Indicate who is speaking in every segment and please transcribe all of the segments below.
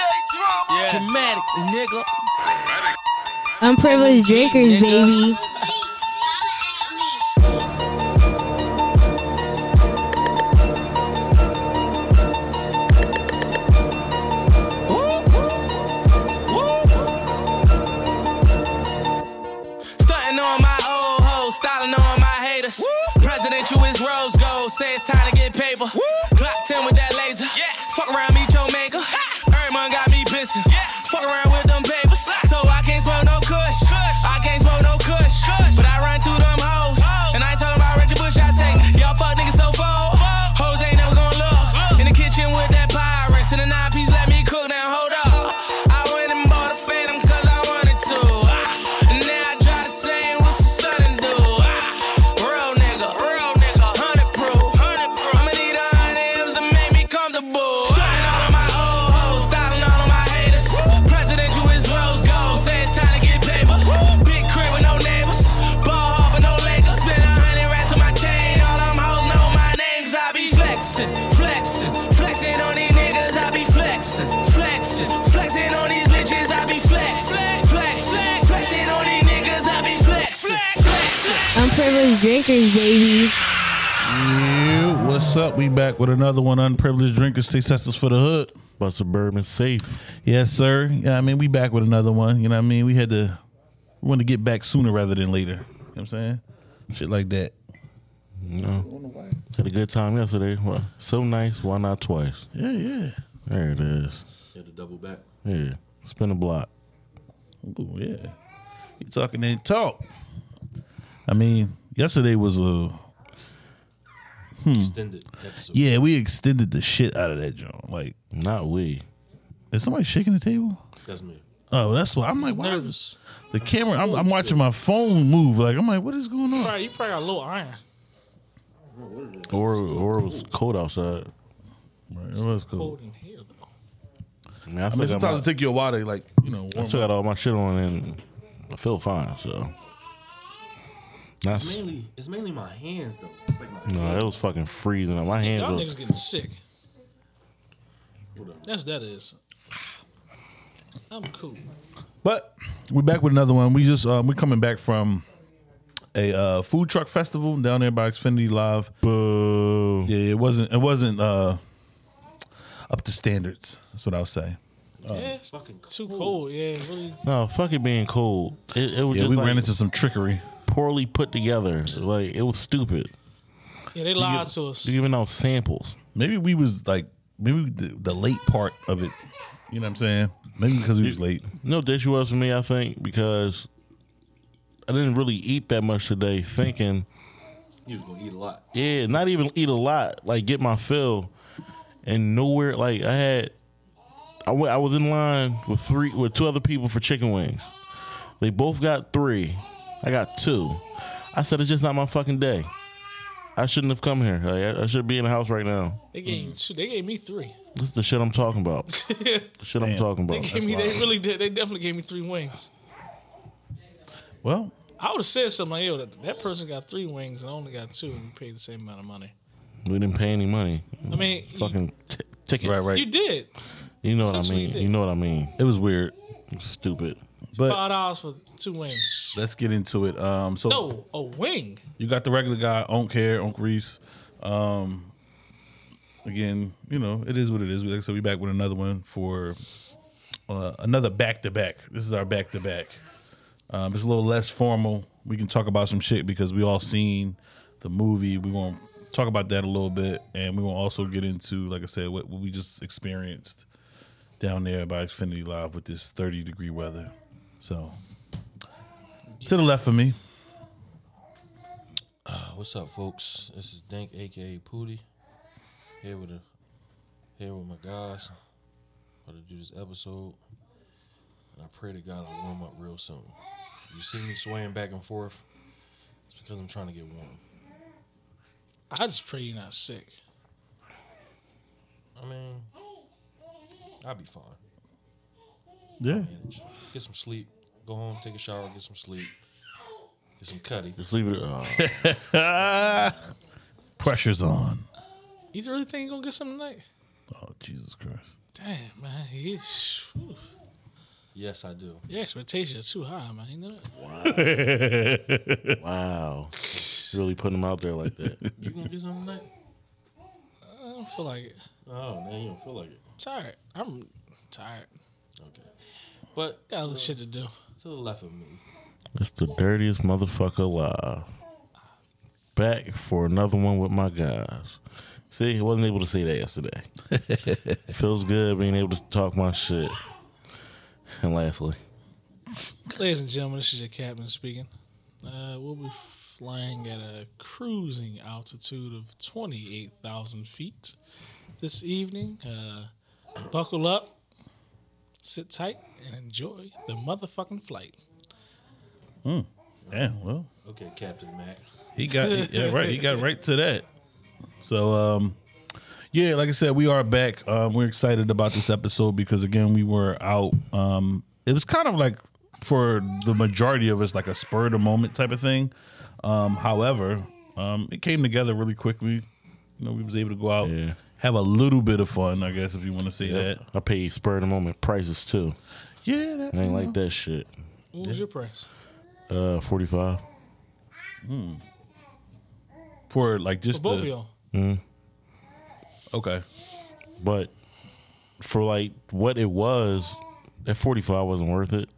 Speaker 1: Yeah. Dramatic, nigga.
Speaker 2: Unprivileged drinkers,
Speaker 1: Nigga.
Speaker 2: baby.
Speaker 1: Woo. Woo. Stunting on my old hoes, styling on my haters. President, you is rose gold. Say it's time to get paper. Glock 10 with that laser. Yeah. Fuck around, meet your maker. Everyone got me busy. Yeah. Fuck around with them papers. So I can't smoke no kush. I can't smoke no kush. But I run through them hoes. And I ain't talking about Reggie Bush. I say, y'all fuck niggas so full. Hoes ain't never gonna look. In the kitchen with that Pyrex and the nine piece, let me cook. Now hold up. I went and bought a Phantom cause I wanted to. Ah, And now I try to say what's the stunning do. Ah, Real nigga, real nigga, hundred proof, hundred proof. I'ma need a hundred M's to make me comfortable. Stunning all of my old hoes, styling all of my haters. President, you is rose gold, say it's time to get paper. Big crib with no neighbors, ball hard but no Lakers. Spend a hundred rats on my chain, all them hoes know my names. I be flexing, flexing, flexing on these niggas. I be flexing, flexing, flexing on these bitches. I be flexing, flexing, flexing on these niggas. I be flexing, flexing.
Speaker 2: Unprivileged drinkers, baby.
Speaker 3: Yeah, what's up? We back with another one, Unprivileged Drinkers Successes for the Hood.
Speaker 4: But suburban's safe.
Speaker 3: Yes, sir. Yeah, I mean, we back with another one. You know what I mean? We had to, we want to get back sooner rather than later. You know what I'm saying? Shit like that.
Speaker 4: No. Had a good time yesterday. Well, so nice. Why not twice?
Speaker 3: Yeah, yeah.
Speaker 4: There it is.
Speaker 5: Had to double back.
Speaker 4: Yeah. Spin a block.
Speaker 3: Ooh, yeah. You talking that talk. I mean, yesterday was a,
Speaker 5: Extended episode.
Speaker 3: yeah, we extended the shit out of that joint. Like,
Speaker 4: Not we.
Speaker 3: is somebody shaking the table?
Speaker 5: That's me.
Speaker 3: Oh, that's what I'm like. Why is
Speaker 6: nervous.
Speaker 3: the camera? I'm, I'm watching my phone move. Like, I'm like, what is going on?
Speaker 6: Probably, you probably got a little iron.
Speaker 4: Or or it was cold outside.
Speaker 3: Right, it was cool.
Speaker 6: Cold in here though.
Speaker 4: I mean, I,
Speaker 3: I mean,
Speaker 4: still, got, my,
Speaker 3: sometimes it take you a while to like, you know,
Speaker 4: I
Speaker 3: warm
Speaker 4: still
Speaker 3: up.
Speaker 4: got all my shit on and I feel fine. So.
Speaker 5: It's
Speaker 4: That's,
Speaker 5: mainly it's mainly my hands though. It's like my
Speaker 4: no, it was fucking freezing. My
Speaker 6: Y'all
Speaker 4: hands
Speaker 6: niggas
Speaker 4: were.
Speaker 6: getting sick. That's what that is. I'm cool.
Speaker 3: But we're back with another one. We just um, we're coming back from a uh, food truck festival down there by Xfinity Live.
Speaker 4: Boo.
Speaker 3: Yeah, it wasn't it wasn't uh, up to standards. That's what I'll say.
Speaker 6: yeah, it's
Speaker 5: fucking
Speaker 6: too cold. Yeah, really.
Speaker 4: No, fuck it being cold. It, it was
Speaker 3: Yeah,
Speaker 4: just
Speaker 3: we
Speaker 4: like
Speaker 3: ran into some trickery.
Speaker 4: poorly put together. Like it was stupid.
Speaker 6: Yeah, they lied to us.
Speaker 4: You giving out samples.
Speaker 3: Maybe we was like maybe the, the late part of it. You know what I'm saying? Maybe because we was late.
Speaker 4: No dish was for me, I think, because I didn't really eat that much today. Thinking,
Speaker 5: you was gonna eat a lot.
Speaker 4: yeah, not even eat a lot. Like get my fill, and nowhere. Like I had, I went. I was in line with three with two other people for chicken wings. They both got three. I got two. I said it's just not my fucking day. I shouldn't have come here. Like, I, I should be in the house right now.
Speaker 6: They gave you two. They gave me three.
Speaker 4: This is the shit I'm talking about. the shit I'm talking
Speaker 6: They
Speaker 4: about.
Speaker 6: gave me. They really did. They definitely gave me three wings.
Speaker 3: Well,
Speaker 6: I would have said something like, "Yo, that, that person got three wings and I only got two. and We paid the same amount of money."
Speaker 4: We didn't pay any money.
Speaker 6: I mean, you-
Speaker 4: Fucking t- tickets.
Speaker 3: right, right.
Speaker 6: you did
Speaker 4: You know what I
Speaker 6: Essentially,
Speaker 4: mean.
Speaker 6: you
Speaker 4: You know what I mean.
Speaker 3: it was weird,
Speaker 4: Stupid.
Speaker 3: but
Speaker 6: five dollars for two wings.
Speaker 3: let's get into it. Um, so
Speaker 6: No, a wing.
Speaker 3: You got the regular guy, Unc Care, Unc Reese. Um, again, you know, it is what it is. Like I said, we back with another one for uh, another back to back. This is our back to back. Um, It's a little less formal. We can talk about some shit because we all seen the movie. We're going to talk about that a little bit. And we're going to also get into, like I said, what, what we just experienced down there by Xfinity Live with this 30 degree weather. So, to the left of me,
Speaker 5: Uh, what's up, folks? This is Dink, aka Pooty, here with a here with my guys. About to do this episode, and I pray to God I warm up real soon. You see me swaying back and forth? It's because I'm trying to get warm.
Speaker 6: I just pray you're not sick.
Speaker 5: I mean, I'll be fine.
Speaker 3: yeah.
Speaker 5: manage. Get some sleep. Go home, take a shower, get some sleep. Get some cutty.
Speaker 4: Just leave it. Uh,
Speaker 3: Pressure's on.
Speaker 6: You really think you're gonna get something tonight?
Speaker 3: Oh, Jesus Christ.
Speaker 6: Damn, man. He's, whew.
Speaker 5: Yes, I do.
Speaker 6: your expectations are too high, man. You know that?
Speaker 4: Wow. Really putting him out there like that.
Speaker 5: You gonna get something tonight?
Speaker 6: I don't feel like it.
Speaker 5: Oh man, you don't feel like it.
Speaker 6: I'm tired. I'm tired.
Speaker 5: Okay, but
Speaker 6: Got other shit to do.
Speaker 5: to the left of me,
Speaker 4: That's the dirtiest motherfucker alive. Back for another one with my guys. See, I wasn't able to say that yesterday. it feels good being able to talk my shit. And lastly,
Speaker 6: Ladies and gentlemen, this is your captain speaking. Uh, we'll be flying at a cruising altitude of 28,000 feet this evening. Uh, buckle up, sit tight, and enjoy the motherfucking flight.
Speaker 3: Damn. Well,
Speaker 5: okay, Captain Mac.
Speaker 3: he got he- yeah, right. He got right to that. So, um, yeah, like I said, we are back. Um, we're excited about this episode because again, we were out. Um, it was kind of like for the majority of us, like a spur of the moment type of thing. Um, however, um, it came together really quickly. You know, we was able to go out,
Speaker 4: Yeah.
Speaker 3: have a little bit of fun, I guess, if you want to say that.
Speaker 4: I paid spur of the moment prices too.
Speaker 3: Yeah, that,
Speaker 4: I ain't like that shit.
Speaker 6: What was your price?
Speaker 4: Uh, 45.
Speaker 3: for like just
Speaker 6: For both of
Speaker 3: the-
Speaker 6: y'all.
Speaker 3: Okay,
Speaker 4: But for like what it was, that 45 wasn't worth it.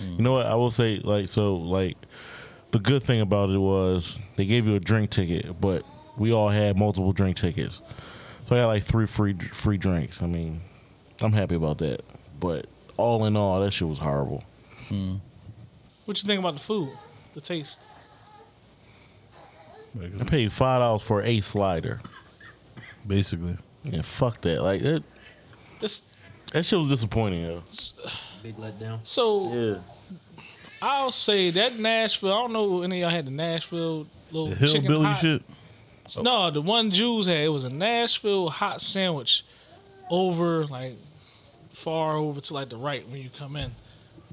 Speaker 4: You know what? I will say, like, so, like, the good thing about it was they gave you a drink ticket, but we all had multiple drink tickets. So I got like three free free drinks. I mean, I'm happy about that. But all in all, that shit was horrible.
Speaker 6: What you think about the food? The taste?
Speaker 4: I paid five dollars for a slider.
Speaker 3: basically.
Speaker 4: Yeah, fuck that. Like that,
Speaker 6: This,
Speaker 4: that shit was disappointing. Yo.
Speaker 5: Big letdown.
Speaker 6: so I'll say that Nashville, I don't know any of y'all had the Nashville little
Speaker 3: The
Speaker 6: chicken
Speaker 3: hillbilly
Speaker 6: hot-
Speaker 3: shit.
Speaker 6: No, the one Jews had it was a Nashville hot sandwich over like far over to like the right when you come in.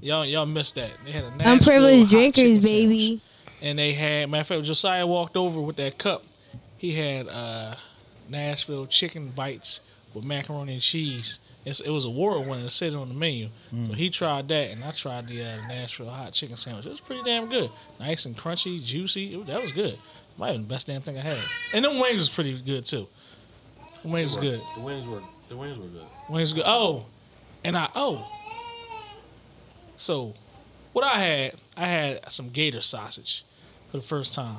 Speaker 6: Y'all y'all missed that. They had a Nashville
Speaker 2: Unprivileged
Speaker 6: hot chicken
Speaker 2: drinkers,
Speaker 6: sandwich.
Speaker 2: baby.
Speaker 6: And they had matter of fact Josiah walked over with that cup. He had uh Nashville chicken bites with macaroni and cheese. It's, it was award winning to sit on the menu. So he tried that and I tried the uh, Nashville hot chicken sandwich. It was pretty damn good. Nice and crunchy, juicy. It, was- that was good. Might have been the best damn thing I had. And them wings was pretty good too. The wings was good.
Speaker 5: The wings were the wings were good.
Speaker 6: Wings go. Oh, and I oh. So, what I had, I had some gator sausage for the first time.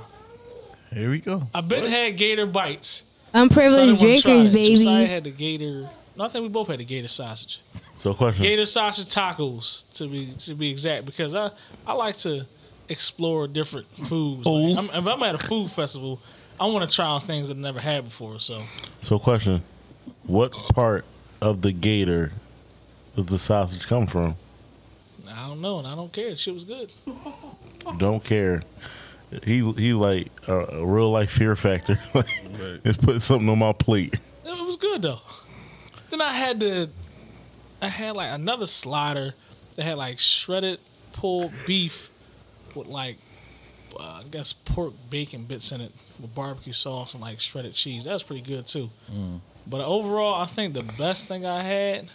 Speaker 3: Here we go.
Speaker 6: I've been had gator bites. So I
Speaker 2: Unprivileged
Speaker 6: didn't wanna try
Speaker 2: drinkers,
Speaker 6: it. Josiah
Speaker 2: baby.
Speaker 6: had the gator. No, I think we both had the gator sausage.
Speaker 4: So, question.
Speaker 6: Gator sausage tacos, to be to be exact, because I I like to explore different foods. Like, I'm, if I'm at a food festival, I want to try on things that I've never had before. So
Speaker 4: So, question: What part of the gator does the sausage come from?
Speaker 6: I don't know, and I don't care. Shit was good.
Speaker 4: Don't care. He he, like a, a real life fear factor.
Speaker 3: Right.
Speaker 4: Just put something on my plate.
Speaker 6: It was good though. Then I had to, I had like another slider that had like shredded pulled beef with like, uh, I guess pork bacon bits in it with barbecue sauce and like shredded cheese. That was pretty good too. But overall, I think the best thing I had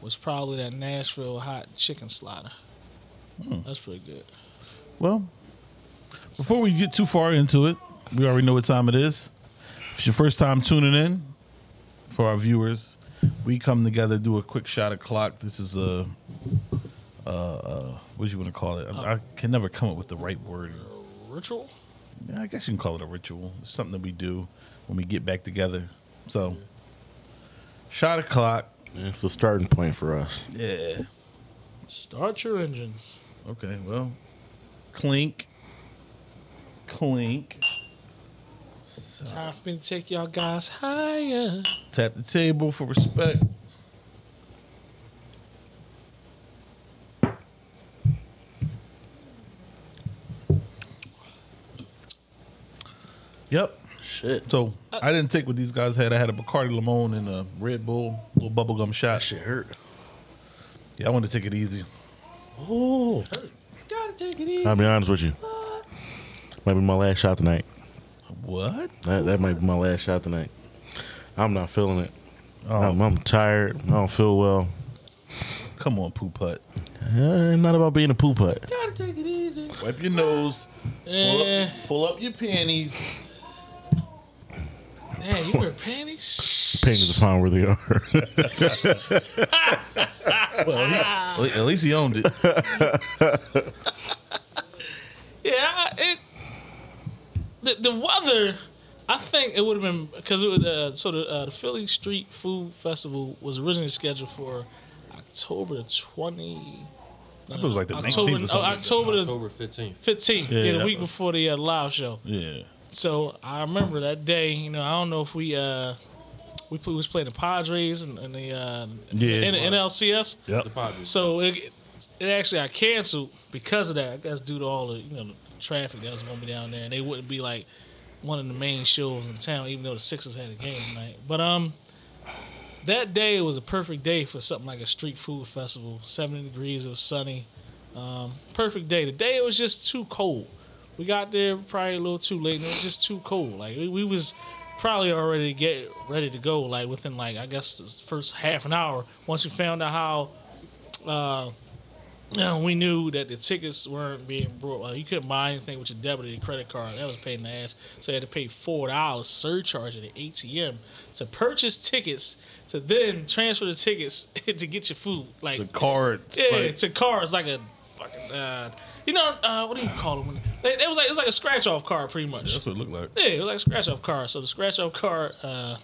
Speaker 6: was probably that Nashville hot chicken slider. That's pretty good.
Speaker 3: Well, before we get too far into it, we already know what time it is. If it's your first time tuning in, for our viewers, we come together, do a quick shot of clock. This is a, uh, uh, what you want to call it? I, I can never come up with the right word.
Speaker 6: Ritual.
Speaker 3: Yeah, I guess you can call it a ritual. It's something that we do when we get back together. So, shot of clock.
Speaker 4: It's a starting point for us.
Speaker 3: Yeah.
Speaker 6: Start your engines.
Speaker 3: Okay, well, clink, clink.
Speaker 6: Time for me to take y'all guys higher.
Speaker 3: Tap the table for respect. Yep.
Speaker 4: Shit.
Speaker 3: So I didn't take what these guys had. I had a Bacardi Limon and a Red Bull, little bubblegum shot.
Speaker 4: Shit hurt.
Speaker 3: Yeah, I wanted to take it easy.
Speaker 4: Oh.
Speaker 5: Gotta take it easy.
Speaker 4: I'll be honest with you. Might be my last shot tonight.
Speaker 3: What?
Speaker 4: That, that might be my last shot tonight. I'm not feeling it. I'm, I'm tired. I don't feel well.
Speaker 3: Come on, poo putt.
Speaker 4: Eh, not about being a poop hut.
Speaker 5: Gotta take it easy.
Speaker 3: Wipe your nose. Pull
Speaker 6: Eh,
Speaker 3: up, pull up your panties.
Speaker 6: man, you wear panties?
Speaker 4: Painters to find where they are.
Speaker 3: At le- at least he owned it.
Speaker 6: Yeah, I- it. The, the weather, I think it would have been because it would. Uh, so the, uh, the Philly Street Food Festival was originally scheduled for October twenty.
Speaker 3: That was like the
Speaker 6: October,
Speaker 3: 19th or
Speaker 6: oh,
Speaker 3: something.
Speaker 6: October the
Speaker 5: October 15th.
Speaker 6: fifteenth,
Speaker 3: Yeah,
Speaker 6: yeah, the
Speaker 3: that
Speaker 6: week
Speaker 3: was-
Speaker 6: before the uh, live show.
Speaker 3: yeah.
Speaker 6: So I remember that day. You know, I don't know if we uh we play, was playing the Padres and, and the uh,
Speaker 3: Yeah,
Speaker 6: and the
Speaker 3: it
Speaker 6: NLCS.
Speaker 5: The Padres.
Speaker 6: So it it actually got canceled because of that. I guess due to all the you know the traffic that was going to be down there, and they wouldn't be like one of the main shows in town, even though the Sixers had a game tonight. But um, that day was a perfect day for something like a street food festival. Seventy degrees, it was sunny. Um, perfect day. The day it was just too cold. We got there probably a little too late, and it was just too cold. Like we, we was probably already get ready to go. Like within like I guess the first half an hour, once we found out how uh, uh, we knew that the tickets weren't being brought. Uh, you couldn't buy anything with your debit or your credit card. That was paid in the ass. So you had to pay four dollars surcharge at the ATM to purchase tickets to then transfer the tickets to get your food. Like
Speaker 3: The card.
Speaker 6: yeah,
Speaker 3: like,
Speaker 6: to cards like a fucking uh, you know uh, what do you call it when they, it was like it was like a scratch off card pretty much.
Speaker 3: that's what it looked like.
Speaker 6: Yeah, it was like a scratch off card. So the scratch off card uh,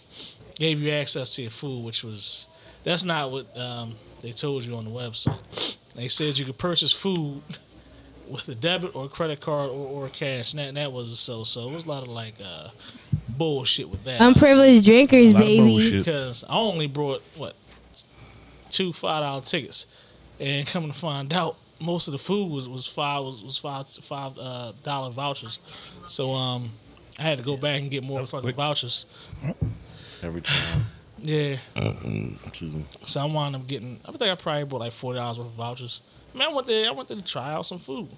Speaker 6: gave you access to your food, which was that's not what um, they told you on the website. They said you could purchase food with a debit or credit card or, or cash, and that, and that was so so. It was a lot of like uh, bullshit with that.
Speaker 2: Unprivileged drinkers,
Speaker 3: A lot of
Speaker 2: baby.
Speaker 3: bullshit.
Speaker 6: because I only brought what two five dollar tickets, and coming to find out, most of the food was was five was, was five five uh, dollar vouchers, so um. I had to go back and get more fucking vouchers.
Speaker 4: Every time.
Speaker 6: Yeah,
Speaker 4: Excuse me.
Speaker 6: so I wound up getting. I think I probably bought like forty dollars worth of vouchers. Man, I went there. I went there to try out some food.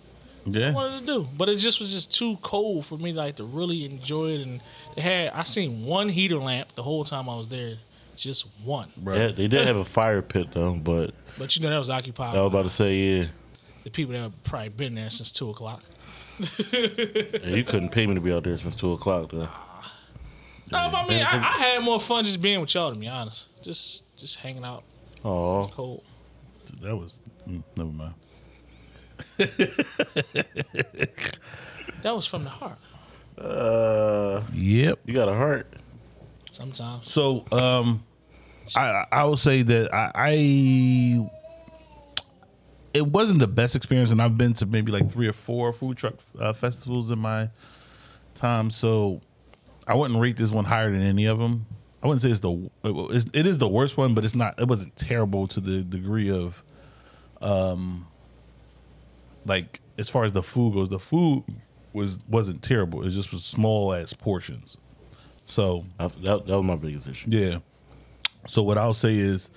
Speaker 3: Yeah.
Speaker 6: wanted to do, but it just was just too cold for me like to really enjoy it. And they had I seen one heater lamp the whole time I was there, just one.
Speaker 4: Yeah,
Speaker 3: Right.
Speaker 4: they did have a fire pit though, but
Speaker 6: But you know that was occupied
Speaker 4: I was
Speaker 6: by
Speaker 4: about to say yeah.
Speaker 6: the people that have probably been there since two o'clock.
Speaker 4: Yeah, You couldn't pay me to be out there since two o'clock though.
Speaker 6: No, but I mean I, I had more fun just being with y'all to be honest. Just just hanging out
Speaker 4: Oh,
Speaker 6: cold.
Speaker 3: That was. Mm, never mind.
Speaker 6: That was from the heart.
Speaker 4: uh,
Speaker 3: Yep.
Speaker 4: you got a heart.
Speaker 6: Sometimes.
Speaker 3: So um, I I- I would say that I, I it wasn't the best experience, and I've been to maybe like three or four food truck uh, festivals in my time. So I wouldn't rate this one higher than any of them. I wouldn't say it's the it's, it is the worst one, but it's not. It wasn't terrible to the degree of um like as far as the food goes. The food was wasn't terrible. It just was small ass portions. So
Speaker 4: I, that, that was my biggest issue.
Speaker 3: yeah. So what I'll say is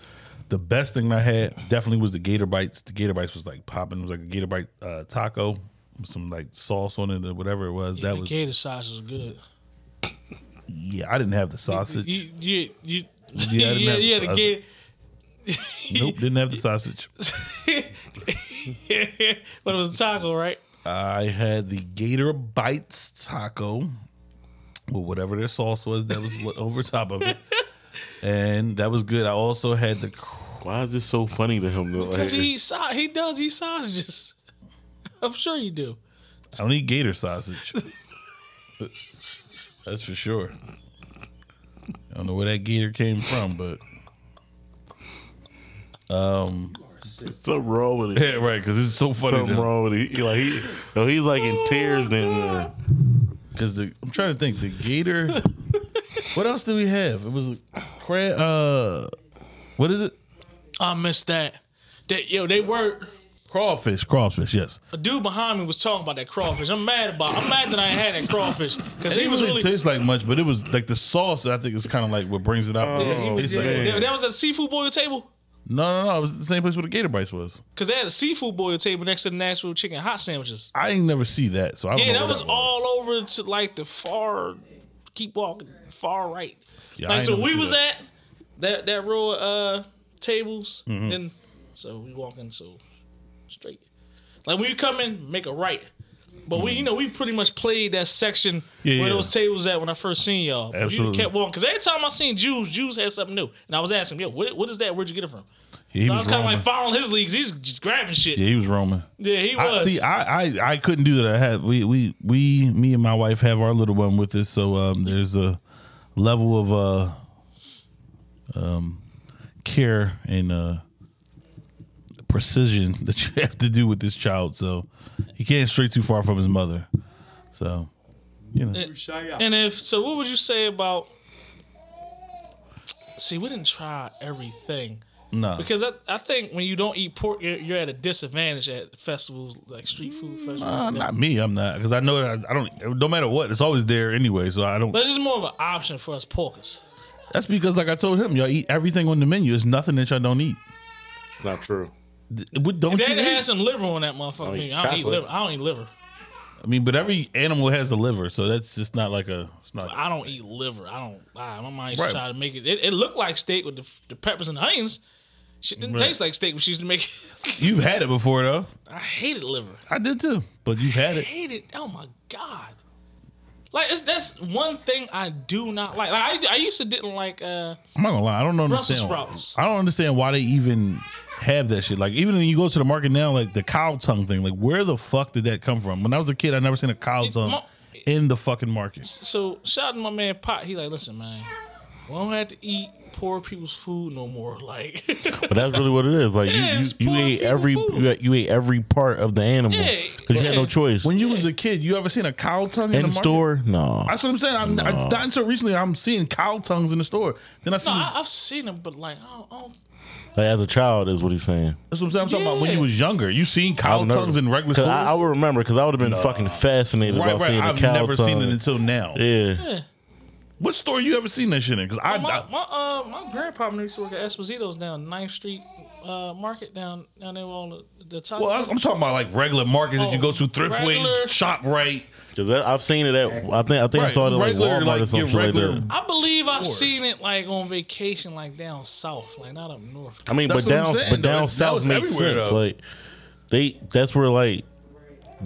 Speaker 3: the best thing I had definitely was the gator bites. The gator bites was like popping. It was like a gator bite uh, taco with some like sauce on it or whatever it was.
Speaker 6: Yeah,
Speaker 3: that
Speaker 6: the
Speaker 3: was
Speaker 6: gator sauce is good.
Speaker 3: yeah. I didn't have the sausage.
Speaker 6: You you you
Speaker 3: Yeah, I
Speaker 6: yeah,
Speaker 3: didn't
Speaker 6: yeah,
Speaker 3: have
Speaker 6: the
Speaker 3: sausage.
Speaker 6: gator
Speaker 3: nope, didn't have the sausage.
Speaker 6: but it was a taco, right?
Speaker 3: I had the gator bites taco with whatever their sauce was that was what- over top of it. And that was good. I also had the
Speaker 4: Why is this so funny to him though? Like,
Speaker 6: Because he eats sau- he does eat sausages. I'm sure you do.
Speaker 3: I don't eat gator sausage. That's for sure. I don't know where that gator came from, but
Speaker 4: something wrong with it.
Speaker 3: yeah, right, because it's so funny.
Speaker 4: Something wrong with it. He- Like he, no, he's like in
Speaker 6: Oh,
Speaker 4: tears. Then uh,
Speaker 3: Because the I'm trying to think the gator. what else do we have? It was a crab. Uh, what is it?
Speaker 6: I missed that. They, yo, they were
Speaker 3: Crawfish. Crawfish. Yes.
Speaker 6: a dude behind me was talking about that crawfish. I'm mad about. I'm mad that I ain't had that crawfish because
Speaker 3: It
Speaker 6: he
Speaker 3: didn't
Speaker 6: was
Speaker 3: really
Speaker 6: really.
Speaker 3: taste like much, but it was like the sauce. I think is kind of like what brings it
Speaker 4: Oh,
Speaker 3: out.
Speaker 6: Yeah, he was-
Speaker 3: It's like-
Speaker 6: yeah, that- that was at seafood boil table
Speaker 3: no, no, no. It was the same place where the gator bites was.
Speaker 6: because they had a seafood boil table next to the Nashville chicken hot sandwiches.
Speaker 3: I ain't never see that, so I don't
Speaker 6: Yeah,
Speaker 3: know
Speaker 6: that
Speaker 3: where
Speaker 6: was all over to like the far. Keep walking far right.
Speaker 3: Yeah, I
Speaker 6: like
Speaker 3: ain't
Speaker 6: so
Speaker 3: never
Speaker 6: we
Speaker 3: see
Speaker 6: was
Speaker 3: that.
Speaker 6: at. that that row of uh, tables,
Speaker 3: Mm-hmm.
Speaker 6: and so we walking so straight. Like when you come in, make a right. But we, you know, we pretty much played that section
Speaker 3: Mm-hmm. Yeah,
Speaker 6: where
Speaker 3: yeah.
Speaker 6: those tables at when I first seen y'all. But You
Speaker 3: Absolutely.
Speaker 6: kept walking because every time I seen Jews, Jews had something new, and I was asking, him, "Yo, what, what is that? Where'd you get it from?"
Speaker 3: He
Speaker 6: So I
Speaker 3: was
Speaker 6: was kind of
Speaker 3: Roman.
Speaker 6: like following his leagues. He's just grabbing shit.
Speaker 3: yeah,
Speaker 6: Yeah,
Speaker 3: he was Roman.
Speaker 6: he was.
Speaker 3: I, see, I, I I couldn't do that. I had we we we me and my wife have our little one with us, so um, there's a level of uh um care and uh precision that you have to do with this child. So he can't stray too far from his mother. So you know,
Speaker 6: And if so, what would you say about? See, we didn't try everything
Speaker 3: no.
Speaker 6: because I, I think when you don't eat pork, you're, you're at a disadvantage at festivals like street food festivals.
Speaker 3: Uh,
Speaker 6: like that.
Speaker 3: not me. I'm not because I know that I, I don't. No matter what, it's always there anyway. So I don't.
Speaker 6: But it's just more of an option for us porkers.
Speaker 3: That's because, like I told him, y'all eat everything on the menu. It's nothing that y'all don't eat.
Speaker 4: Not true.
Speaker 3: Th- What don't
Speaker 6: Dad
Speaker 3: you eat?
Speaker 6: had some liver on that
Speaker 3: Oh,
Speaker 6: motherfucker.
Speaker 4: eat
Speaker 6: menu. I don't eat
Speaker 4: chocolate.
Speaker 6: liver. I don't eat liver.
Speaker 3: I mean, but every animal has a liver, so that's just not like a. It's not.
Speaker 6: I don't eat liver. I don't. I, my mom used
Speaker 3: Right.
Speaker 6: to try to make it. It, it looked like steak with the, the peppers and the onions. Shit didn't
Speaker 3: Right.
Speaker 6: taste like steak. But she used to make. It.
Speaker 3: you've had it before, though.
Speaker 6: I hated liver.
Speaker 3: I did too, but you've had it.
Speaker 6: hate it. Oh my god! Like it's that's one thing I do not like. Like I, I used to didn't like. uh
Speaker 3: I'm not gonna lie. I don't
Speaker 6: Brussels
Speaker 3: understand.
Speaker 6: sprouts.
Speaker 3: I don't understand why they even have that shit. Like, even when you go to the market now, like the cow tongue thing. Like, where the fuck did that come from? When I was a kid, I never seen a cow tongue
Speaker 6: mo-
Speaker 3: in the fucking market.
Speaker 6: So shout out to my man Pot. He like, listen, man, we don't have to eat poor people's food no more. Like,
Speaker 4: But that's really what it is. Like you,
Speaker 6: Yeah,
Speaker 4: you,
Speaker 6: it's
Speaker 4: you
Speaker 6: poor
Speaker 4: ate
Speaker 6: people
Speaker 4: every
Speaker 6: food.
Speaker 4: you ate, you ate every part of the animal
Speaker 6: Yeah,
Speaker 4: because you had no
Speaker 6: yeah.
Speaker 4: choice.
Speaker 3: When you was a kid, you ever seen a cow tongue in,
Speaker 4: in the
Speaker 3: market?
Speaker 4: store, no.
Speaker 3: That's what I'm saying. I'm, I, not until recently, I'm seeing cow tongues in the store. Then I see.
Speaker 6: no, I, I've seen them, but like, I don't, I don't
Speaker 4: Like as a child is what he's saying.
Speaker 3: that's what I'm saying. I'm talking about when you
Speaker 6: Yeah.
Speaker 3: was younger. You seen cow
Speaker 4: I've never-
Speaker 3: tongues in regular
Speaker 4: 'cause
Speaker 3: stores?
Speaker 4: I, I would remember because I would have been fucking fascinated
Speaker 3: right,
Speaker 4: about
Speaker 3: right.
Speaker 4: seeing a
Speaker 3: I've
Speaker 4: cow
Speaker 3: never
Speaker 4: tongue.
Speaker 3: seen it until now.
Speaker 4: yeah.
Speaker 3: What store you ever seen that shit in? Because I,
Speaker 6: my,
Speaker 3: I-
Speaker 6: my uh my grandpa used to work at Esposito's down 9th Street uh market down down there on the, the top.
Speaker 3: well, I'm- I'm talking about like regular markets that you
Speaker 6: Oh,
Speaker 3: go to, Thriftway,
Speaker 6: regular-
Speaker 3: Shoprite.
Speaker 4: Cause that, I've seen it at. I think I think I
Speaker 3: Right,
Speaker 4: saw it at like
Speaker 3: regular,
Speaker 4: Walmart or
Speaker 3: like, your
Speaker 4: something like
Speaker 3: regular-
Speaker 4: that.
Speaker 6: I believe I seen it like on vacation, like down south, like not up north.
Speaker 4: I mean,
Speaker 3: That's
Speaker 4: but
Speaker 3: what I'm
Speaker 4: down
Speaker 3: saying,
Speaker 4: but
Speaker 3: though.
Speaker 4: down
Speaker 3: It's- now
Speaker 4: south
Speaker 3: it's
Speaker 4: makes
Speaker 3: everywhere,
Speaker 4: sense.
Speaker 3: though.
Speaker 4: Like they that's where like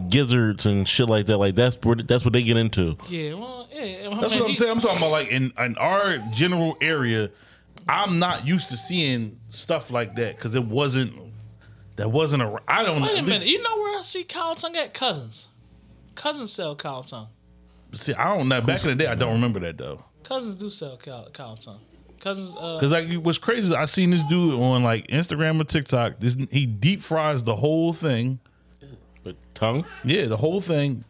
Speaker 4: gizzards and shit like that. Like that's where that's what they get into.
Speaker 6: Yeah, well, yeah.
Speaker 3: That's what I'm saying. I'm talking about like in, in our general area. I'm not used to seeing stuff like that because it wasn't. That wasn't a. I don't.
Speaker 6: Wait a minute. You know where I see cow tongue at? Cousins. Cousins sell cow tongue.
Speaker 3: See, I don't know. Back in the day, I don't remember that though.
Speaker 6: Cousins do sell cow, cow tongue. Cousins, uh,
Speaker 3: Cause like what's crazy, is I seen this dude on like Instagram or TikTok. This he deep fries the whole thing.
Speaker 4: But tongue,
Speaker 3: Yeah, the whole thing,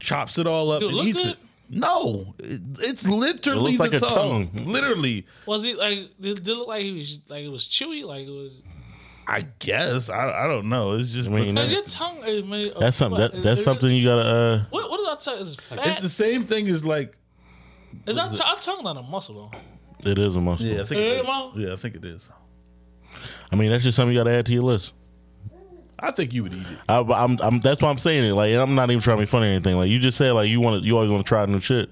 Speaker 3: chops it all up
Speaker 6: Dude,
Speaker 3: and
Speaker 6: look
Speaker 3: eats
Speaker 6: good.
Speaker 3: it. No, it, it's literally
Speaker 4: It
Speaker 3: the
Speaker 4: looks like a
Speaker 3: tongue.
Speaker 4: tongue.
Speaker 3: Literally,
Speaker 6: was he like? Did, did it look like he was like it was chewy? Like it was?
Speaker 3: I guess I, I don't know. It's just
Speaker 4: I mean,
Speaker 6: Cause
Speaker 4: Yeah.
Speaker 6: your tongue is made. Of
Speaker 4: that's something.
Speaker 6: what?
Speaker 4: That, that's
Speaker 6: Is it-
Speaker 4: something you gotta. uh
Speaker 6: What, what did I tell? Is it
Speaker 3: it's
Speaker 6: fat?
Speaker 3: the same thing as like
Speaker 6: is our, t- our tongue not a muscle though?
Speaker 4: It is a muscle.
Speaker 3: yeah, I think
Speaker 6: Yeah,
Speaker 3: it
Speaker 6: Mom?
Speaker 3: is. yeah, I think it is.
Speaker 4: I mean, that's just something you gotta add to your list.
Speaker 3: I think you would eat it.
Speaker 4: I, I'm, I'm, that's why I'm saying it. Like, I'm not even trying to be funny or anything. Like, you just said, like, you want to, you always want to try new shit.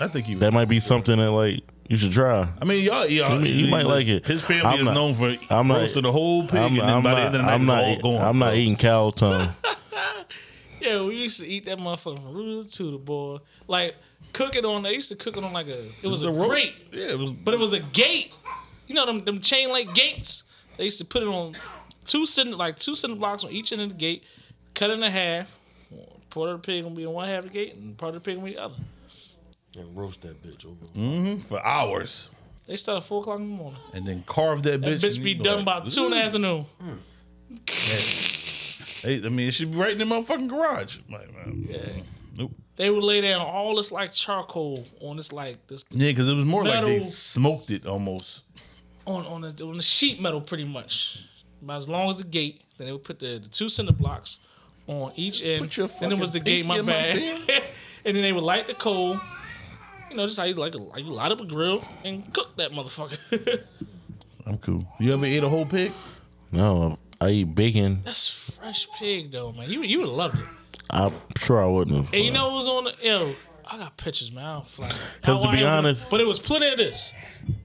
Speaker 3: I think you. Would.
Speaker 4: That might be something that, like, you should try.
Speaker 3: I mean, y'all, y'all
Speaker 4: You mean- you might like it.
Speaker 3: His family
Speaker 4: I'm
Speaker 3: is
Speaker 4: not-
Speaker 3: known for
Speaker 4: I'm not-
Speaker 3: roasting the whole pig, and
Speaker 4: I'm,
Speaker 3: then
Speaker 4: I'm
Speaker 3: by
Speaker 4: not,
Speaker 3: the end of the night,
Speaker 4: I'm, not,
Speaker 3: it's all gone.
Speaker 4: I'm not eating cow tongue.
Speaker 6: Yeah, we used to eat that motherfucker from root to the boy. Like cook it on. They used to cook it on like a. It was a
Speaker 3: roast.
Speaker 6: grate,
Speaker 3: Yeah, it was.
Speaker 6: but it was a gate. You know them them chain link gates. They used to put it on two cinder like two cinder blocks on each end of the gate, cut it in half. Part of the pig gonna be on one half of the gate, and part of the pig gonna be the other.
Speaker 5: and roast that bitch over.
Speaker 3: mm-hmm, for hours,
Speaker 6: They start at four o'clock in the morning.
Speaker 3: and then carve that bitch.
Speaker 6: That bitch
Speaker 3: and
Speaker 6: be
Speaker 3: you
Speaker 6: done
Speaker 3: like,
Speaker 6: by two in the afternoon.
Speaker 3: Hey, I mean, it should be right in the motherfucking garage. Like, man, Nope.
Speaker 6: They would lay down all this like charcoal on this like this
Speaker 3: Yeah, because it was more like they
Speaker 6: Metal.
Speaker 3: smoked it almost.
Speaker 6: on on the, on the sheet metal pretty much. About as long as the gate, then they would put the, the two cinder blocks on each end.
Speaker 3: put your
Speaker 6: Then it was the
Speaker 3: fucking
Speaker 6: gate, my
Speaker 3: pinky in my
Speaker 6: bad. and then they would light the coal. You know, just how you like a, like you light up a grill and cook that motherfucker.
Speaker 3: I'm cool. You ever ate a whole pig?
Speaker 4: No, I eat bacon.
Speaker 6: That's fresh pig though, man. You you would have loved it.
Speaker 4: I'm sure I wouldn't have.
Speaker 6: And you know what was on the yo, I got pictures, man. I don't feel like-
Speaker 4: Because to
Speaker 6: I
Speaker 4: be
Speaker 6: ain't-
Speaker 4: honest-
Speaker 6: but it was plenty of this.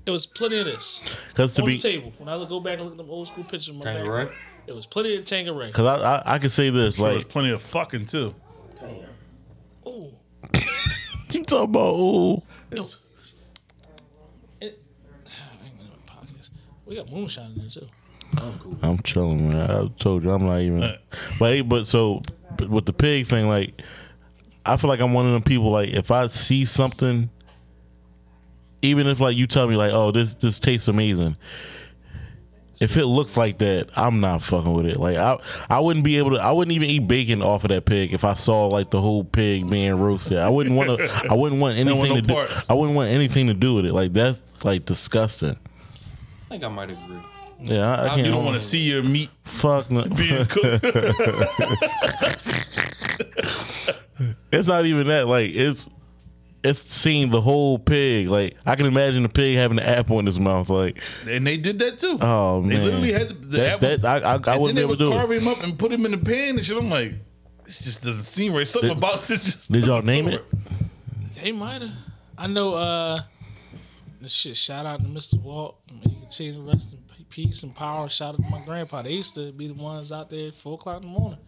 Speaker 6: It was plenty of this
Speaker 4: Because to
Speaker 6: on
Speaker 4: be,
Speaker 6: the table. When I look- go back and look at them old school pictures, of my
Speaker 5: Tangeray?
Speaker 6: back, it was plenty of Tangeray.
Speaker 4: because I, I I can say this
Speaker 3: There was
Speaker 4: like
Speaker 3: plenty of fucking too.
Speaker 6: Ooh,
Speaker 4: you talking about ooh.
Speaker 6: no. It, I ain't gonna do a podcast. We got moonshine in there too.
Speaker 4: I'm chilling, man. I told you, I'm not even. But hey, but so but with the pig thing, like, I feel like I'm one of them people. Like, if I see something, even if like you tell me like, oh, this this tastes amazing. If it looks like that, I'm not fucking with it. Like I, I wouldn't be able to. I wouldn't even eat bacon off of that pig if I saw like the whole pig being roasted. I wouldn't want to. I wouldn't
Speaker 3: want
Speaker 4: want anything
Speaker 3: no
Speaker 4: to do.
Speaker 3: parts.
Speaker 4: I wouldn't want anything to do with it. Like that's like disgusting.
Speaker 5: I think I might agree.
Speaker 4: Yeah, I, I can't.
Speaker 3: You don't want to see your meat
Speaker 4: fuck no.
Speaker 3: being cooked.
Speaker 4: It's not even that. Like it's it's seeing the whole pig. Like I can imagine the pig having an apple in his mouth. Like
Speaker 3: and they did that too.
Speaker 4: oh man,
Speaker 3: They literally had the, the
Speaker 4: that,
Speaker 3: apple.
Speaker 4: that- I, I, I
Speaker 3: and
Speaker 4: wouldn't be
Speaker 3: then they
Speaker 4: able to do
Speaker 3: would
Speaker 4: it.
Speaker 3: carve him up and put him in the pan and shit. I'm like, this just doesn't seem right. Something
Speaker 4: Did-
Speaker 3: about this. Just
Speaker 4: Did y'all
Speaker 3: doesn't
Speaker 4: name
Speaker 3: feel
Speaker 4: it?
Speaker 3: right.
Speaker 6: They might have. I know. uh Shit. Shout out to Mr. Walt. May You continue to rest in pe- peace and power. Shout out to my grandpa. They used to be the ones out there at four o'clock in the morning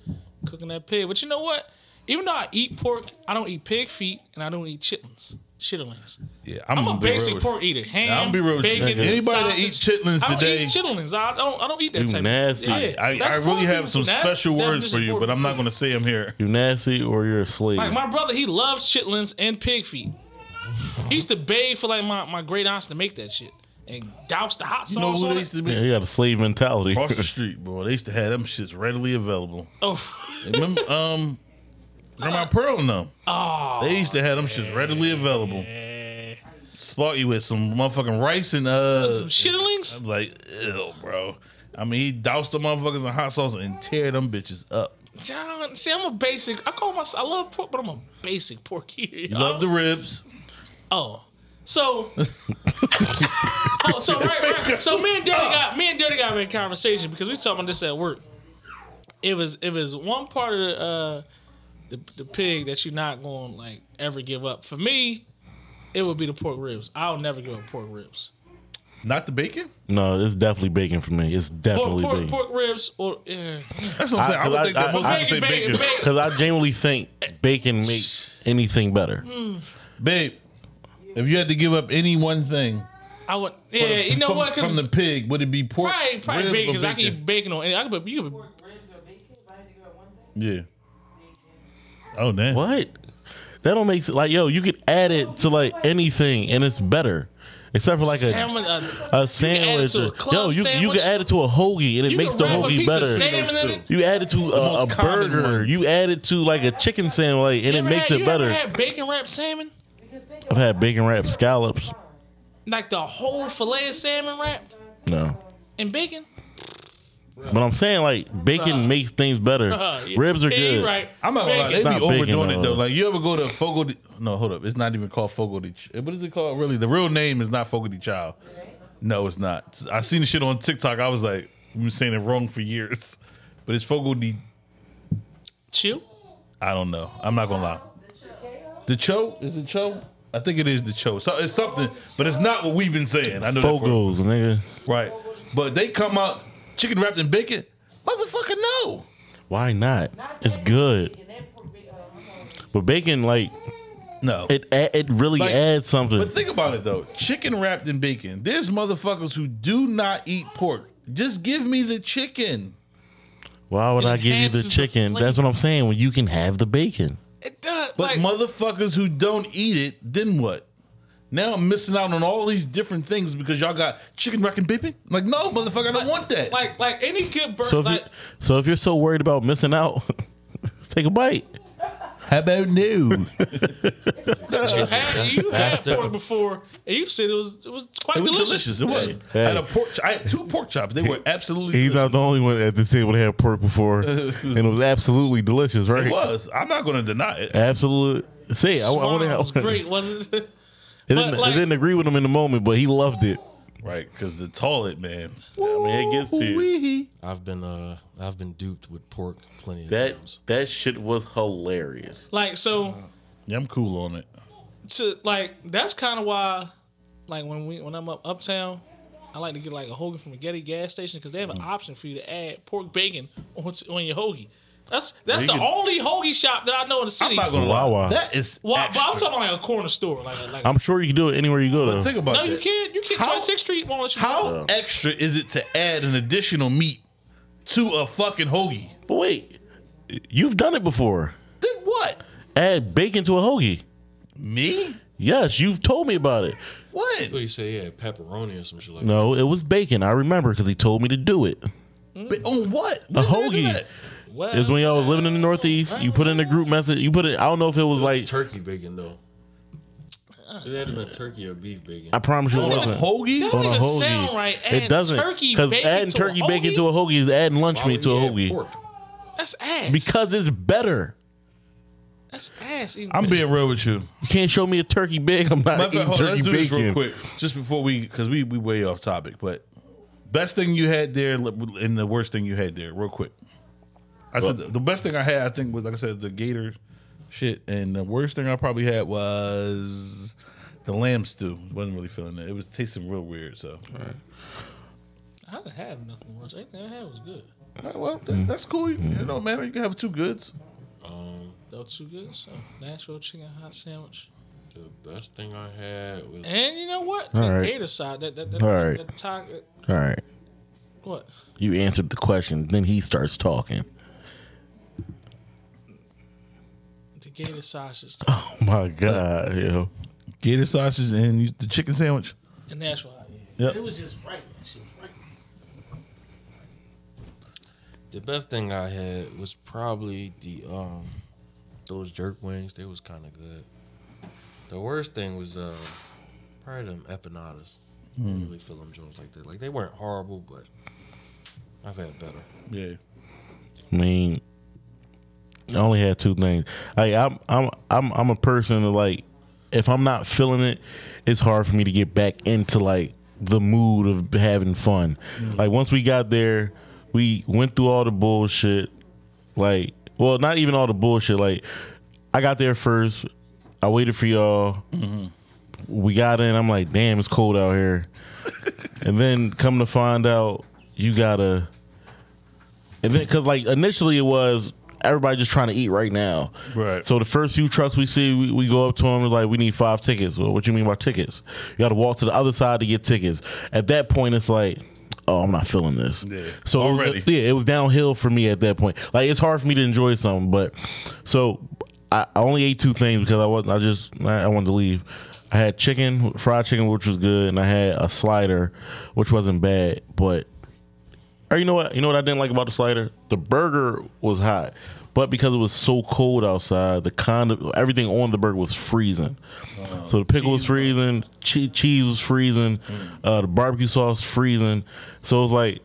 Speaker 6: cooking that pig. But you know what? Even though I eat pork, I don't eat pig feet and I don't eat chitlins. Chitlins.
Speaker 3: Yeah,
Speaker 6: I'm
Speaker 3: gonna
Speaker 6: a
Speaker 3: be real
Speaker 6: basic
Speaker 3: with
Speaker 6: pork eater. Ham,
Speaker 3: I'll be real with you.
Speaker 6: bacon,
Speaker 3: Anybody that
Speaker 6: sausage.
Speaker 3: eats chitlins
Speaker 6: I don't
Speaker 3: today-
Speaker 6: eat chitlins. I don't. I don't eat that
Speaker 4: You
Speaker 6: type.
Speaker 4: nasty.
Speaker 6: Of,
Speaker 3: you.
Speaker 6: yeah,
Speaker 3: I, I
Speaker 6: that's pork
Speaker 3: really have
Speaker 6: people.
Speaker 3: some
Speaker 6: That's
Speaker 3: special words for
Speaker 6: definition
Speaker 3: you,
Speaker 6: pork
Speaker 3: but I'm
Speaker 6: people.
Speaker 3: not going to say them here.
Speaker 4: You nasty or you're a slave.
Speaker 6: Like my brother, he loves chitlins and pig feet. He used to beg for like my, my great aunts to make that shit and douse the hot
Speaker 3: You know
Speaker 6: sauce
Speaker 3: who
Speaker 6: on
Speaker 3: they
Speaker 6: it.
Speaker 3: used to be?
Speaker 4: yeah, you got a slave mentality.
Speaker 3: Across the street, boy. They used to have them shits readily available.
Speaker 6: Oh,
Speaker 3: Remember, um, Grandma Pearl and them.
Speaker 6: oh,
Speaker 3: They used to have them shits readily available. Spark you with some motherfucking rice and uh,
Speaker 6: some chitlins.
Speaker 3: I'm like, ew, bro. I mean, he doused the motherfuckers in hot sauce and tear them bitches up.
Speaker 6: John, see, I'm a basic. I call myself. I love pork, but I'm a basic pork eater.
Speaker 3: You love the ribs.
Speaker 6: Oh, so. oh, so right, right. So me and Dirty got me and Dirty got in a conversation because we was talking about this at work. It was it was one part of the uh, the, the pig that you're not going to like ever give up. For me, it would be the pork ribs. I'll never give up pork ribs.
Speaker 3: Not the bacon?
Speaker 4: No, it's definitely bacon for me. It's
Speaker 6: Pork
Speaker 4: definitely
Speaker 6: pork,
Speaker 4: bacon.
Speaker 6: pork ribs or yeah.
Speaker 3: That's what I'm
Speaker 4: I-
Speaker 3: saying. I, would
Speaker 4: I-
Speaker 3: think that
Speaker 4: I-
Speaker 3: most
Speaker 4: I-
Speaker 3: people say bacon.
Speaker 4: Because I genuinely think bacon makes anything better.
Speaker 3: Mm. Babe, if you had to give up any one thing
Speaker 6: I would yeah. you know
Speaker 3: from,
Speaker 6: what? Because
Speaker 3: from the pig, would it be pork?
Speaker 6: probably probably
Speaker 3: ribs or
Speaker 6: bacon. Because I can eat bacon on any. I could you could
Speaker 3: Yeah. Oh, damn.
Speaker 4: What? That don't make sense. Like, yo, you could add it to like anything and it's better. Except for like a
Speaker 6: salmon. Uh,
Speaker 4: a
Speaker 6: add it
Speaker 4: sandwich.
Speaker 6: to a
Speaker 4: or-
Speaker 6: club
Speaker 4: Yo, you you
Speaker 6: sandwich.
Speaker 4: can add it to a hoagie and it
Speaker 6: you
Speaker 4: makes
Speaker 6: could
Speaker 4: the
Speaker 6: wrap a
Speaker 4: hoagie
Speaker 6: piece
Speaker 4: better.
Speaker 6: Of salmon in it.
Speaker 4: You add it to a, a
Speaker 3: most common
Speaker 4: burger.
Speaker 3: ones.
Speaker 4: You add it to like a chicken sandwich, like, and it
Speaker 6: ever
Speaker 4: makes
Speaker 6: had,
Speaker 4: it
Speaker 6: you
Speaker 4: better.
Speaker 6: Ever had bacon wrapped salmon,
Speaker 4: I've had bacon wrapped scallops.
Speaker 6: like the whole fillet of salmon wrapped
Speaker 4: No,
Speaker 6: in bacon.
Speaker 4: but I'm saying like bacon makes things better.
Speaker 6: Uh, yeah.
Speaker 4: Ribs are
Speaker 6: Yeah, you
Speaker 4: good.
Speaker 6: Right.
Speaker 3: I'm not gonna lie, they
Speaker 6: Bacon.
Speaker 3: be
Speaker 4: not bacon,
Speaker 3: overdoing it
Speaker 4: though.
Speaker 3: though. Like you ever go to Fogo? De, no, hold up, it's not even called Fogo de. Ch- eh, What is it called? Really, the real name is not Fogo de Child. No, it's not. I seen the shit on TikTok. I was like, I've been saying it wrong for years, but it's Fogo de.
Speaker 6: Chill.
Speaker 3: I don't know. I'm not gonna lie. The Cho is it Cho? I think it is the Cho. So it's something, but it's not what we've been saying. I know that for-
Speaker 4: Fogos, nigga.
Speaker 3: right? But they come out chicken wrapped in bacon. Motherfucker, no.
Speaker 4: Why not? It's good. But bacon, like
Speaker 3: No,
Speaker 4: it, a- it really
Speaker 3: Like-
Speaker 4: adds something.
Speaker 3: But think about it though, chicken wrapped in bacon. There's motherfuckers who do not eat pork. Just give me the chicken.
Speaker 4: Why would
Speaker 6: It
Speaker 4: I give you the
Speaker 6: enhances the
Speaker 4: chicken?
Speaker 6: flavor.
Speaker 4: That's what I'm saying. When you can have the bacon,
Speaker 6: It does.
Speaker 3: But
Speaker 6: like,
Speaker 3: motherfuckers who don't eat it, then what? Now I'm missing out on all these different things because y'all got chicken wrapped in bacon. Like no, motherfucker, I don't want that.
Speaker 6: like, like any good burger.
Speaker 4: so if you,
Speaker 6: like,
Speaker 4: so if you're so worried about missing out, take a bite.
Speaker 3: how about no?
Speaker 6: had, you had
Speaker 5: Bastard.
Speaker 6: pork before, and you said it was it was quite
Speaker 3: It was
Speaker 6: delicious.
Speaker 3: delicious. It was.
Speaker 4: Hey.
Speaker 3: I had a pork. I had two pork chops. They were absolutely.
Speaker 4: He's
Speaker 3: delicious.
Speaker 4: not the only one at this table that had pork before, and it was absolutely delicious, right?
Speaker 3: It was. I'm not going to deny it.
Speaker 4: Absolutely. See, I, I want
Speaker 6: Swine was
Speaker 4: to.
Speaker 6: great, wasn't it?
Speaker 4: didn't,
Speaker 6: But, like-
Speaker 4: I didn't agree with him in the moment, but he loved it.
Speaker 3: Right, because the toilet man.
Speaker 4: I mean, it gets to you.
Speaker 5: I've been uh I've been duped with pork plenty of
Speaker 4: That
Speaker 5: times.
Speaker 4: that shit was hilarious.
Speaker 6: Like so,
Speaker 3: Yeah, I'm cool on it.
Speaker 6: to like that's kind of why like when we when I'm up uptown, I like to get like a hoagie from a Getty gas station because they have an
Speaker 3: Mm.
Speaker 6: option for you to add pork bacon on, on your hoagie. That's that's
Speaker 3: you
Speaker 6: the
Speaker 3: can-
Speaker 6: only hoagie shop that I know in the
Speaker 3: I'm
Speaker 6: city.
Speaker 3: not gonna lie.
Speaker 4: Wawa.
Speaker 3: That is
Speaker 6: well,
Speaker 3: extra.
Speaker 6: but I'm talking like a corner store, like a- like. a-
Speaker 4: I'm sure you can do it anywhere you go though.
Speaker 3: Think about
Speaker 6: no,
Speaker 3: that.
Speaker 6: you can't. You can't.
Speaker 3: How-
Speaker 6: Twenty Sixth Street won't let you.
Speaker 3: How extra is it to add an additional meat to a fucking hoagie?
Speaker 4: But wait, you've done it before.
Speaker 3: Then what?
Speaker 4: Add bacon to a hoagie.
Speaker 3: Me?
Speaker 4: Yes, you've told me about it.
Speaker 3: What?
Speaker 5: What he say? He had pepperoni or some shit like that.
Speaker 4: No, it was bacon. I remember because he told me to do it.
Speaker 3: Ba- on what? When
Speaker 4: A
Speaker 3: did they do
Speaker 4: hoagie.
Speaker 3: that?
Speaker 6: Well,
Speaker 4: It was when y'all was living in the Northeast. You put in the group method. You put it. I don't know if it was like.
Speaker 5: Turkey bacon though. It had to been turkey or beef bacon.
Speaker 4: I promise you it
Speaker 3: A
Speaker 4: wasn't.
Speaker 3: hoagie?
Speaker 6: That
Speaker 4: On
Speaker 6: don't
Speaker 4: a
Speaker 6: even
Speaker 4: hoagie.
Speaker 6: sound right.
Speaker 4: it
Speaker 6: Add
Speaker 4: doesn't.
Speaker 6: turkey bacon
Speaker 4: adding
Speaker 6: to a
Speaker 4: turkey bacon
Speaker 6: hoagie?
Speaker 4: to a hoagie is adding lunch
Speaker 5: Why
Speaker 4: meat
Speaker 5: would
Speaker 4: to a
Speaker 5: you add
Speaker 4: hoagie
Speaker 5: pork?
Speaker 6: that's ass.
Speaker 4: because it's better.
Speaker 6: that's ass. eating
Speaker 3: I'm
Speaker 6: bacon.
Speaker 3: being real with you.
Speaker 4: You can't show me a turkey bacon. I'm not
Speaker 3: Matter
Speaker 4: eating
Speaker 3: of fact, hold on,
Speaker 4: turkey
Speaker 3: let's do this real
Speaker 4: bacon.
Speaker 3: quick, just before we, because we we way off topic. But best thing you had there, li- and the worst thing you had there, real quick. I said the, the best thing I had, I think, was like I said, the gator shit, and the worst thing I probably had was the lamb stew. wasn't really feeling it. It was tasting real weird. So,
Speaker 6: I didn't have nothing worse. Everything I had was good.
Speaker 3: All right, well,
Speaker 4: Mm.
Speaker 3: that, that's cool. You, It don't matter. You can have two goods.
Speaker 6: That was too good. So Nashville chicken hot sandwich.
Speaker 5: The best thing I had was
Speaker 6: And you know what?
Speaker 4: All
Speaker 6: the
Speaker 4: right.
Speaker 6: Gator side. That that that,
Speaker 4: All
Speaker 6: that,
Speaker 4: right.
Speaker 6: that talk-
Speaker 4: All right,
Speaker 6: What?
Speaker 4: you answered the question. Then he starts talking.
Speaker 6: The Gator sausage
Speaker 4: Oh my god, yo.
Speaker 3: Gator sausage and you- the chicken sandwich.
Speaker 6: in Nashville. Yeah.
Speaker 3: Yep.
Speaker 6: It was just right. That shit was right.
Speaker 5: the best thing I had was probably the um those jerk wings. They was kind of good. The worst thing was uh probably them empanadas. I
Speaker 4: Hmm.
Speaker 5: didn't really feel them joints like that. Like they weren't horrible, but I've had better.
Speaker 3: Yeah.
Speaker 4: I mean, I only had two things. Like I'm, I'm, I'm, I'm a person that like, if I'm not feeling it, it's hard for me to get back into like the mood of having fun. Like once we got there, we went through all the bullshit. Like, well, not even all the bullshit. Like, I got there first. I waited for y'all.
Speaker 3: Mm-hmm.
Speaker 4: We got in. I'm like, damn, it's cold out here. and then come to find out, you gotta. And then, because like initially it was everybody just trying to eat right now.
Speaker 3: Right.
Speaker 4: So the first few trucks we see, we, we go up to them and like, we need five tickets. Well, what you mean by tickets? You got to walk to the other side to get tickets. At that point, it's like, oh, I'm not feeling this.
Speaker 3: Yeah.
Speaker 4: So it was-
Speaker 3: Already.
Speaker 4: yeah, it was downhill for me at that point. Like it's hard for me to enjoy something, but so I, I only ate two things because I wasn't. I just I, I wanted to leave. I had chicken, fried chicken, which was good, and I had a slider, which wasn't bad. But or you know what? You know what I didn't like about the slider? The burger was hot, but because it was so cold outside, the kind of everything on the burger was freezing.
Speaker 3: Uh,
Speaker 4: so the pickle was freezing, che- cheese was freezing,
Speaker 3: Mm.
Speaker 4: uh, the barbecue sauce freezing. So it was like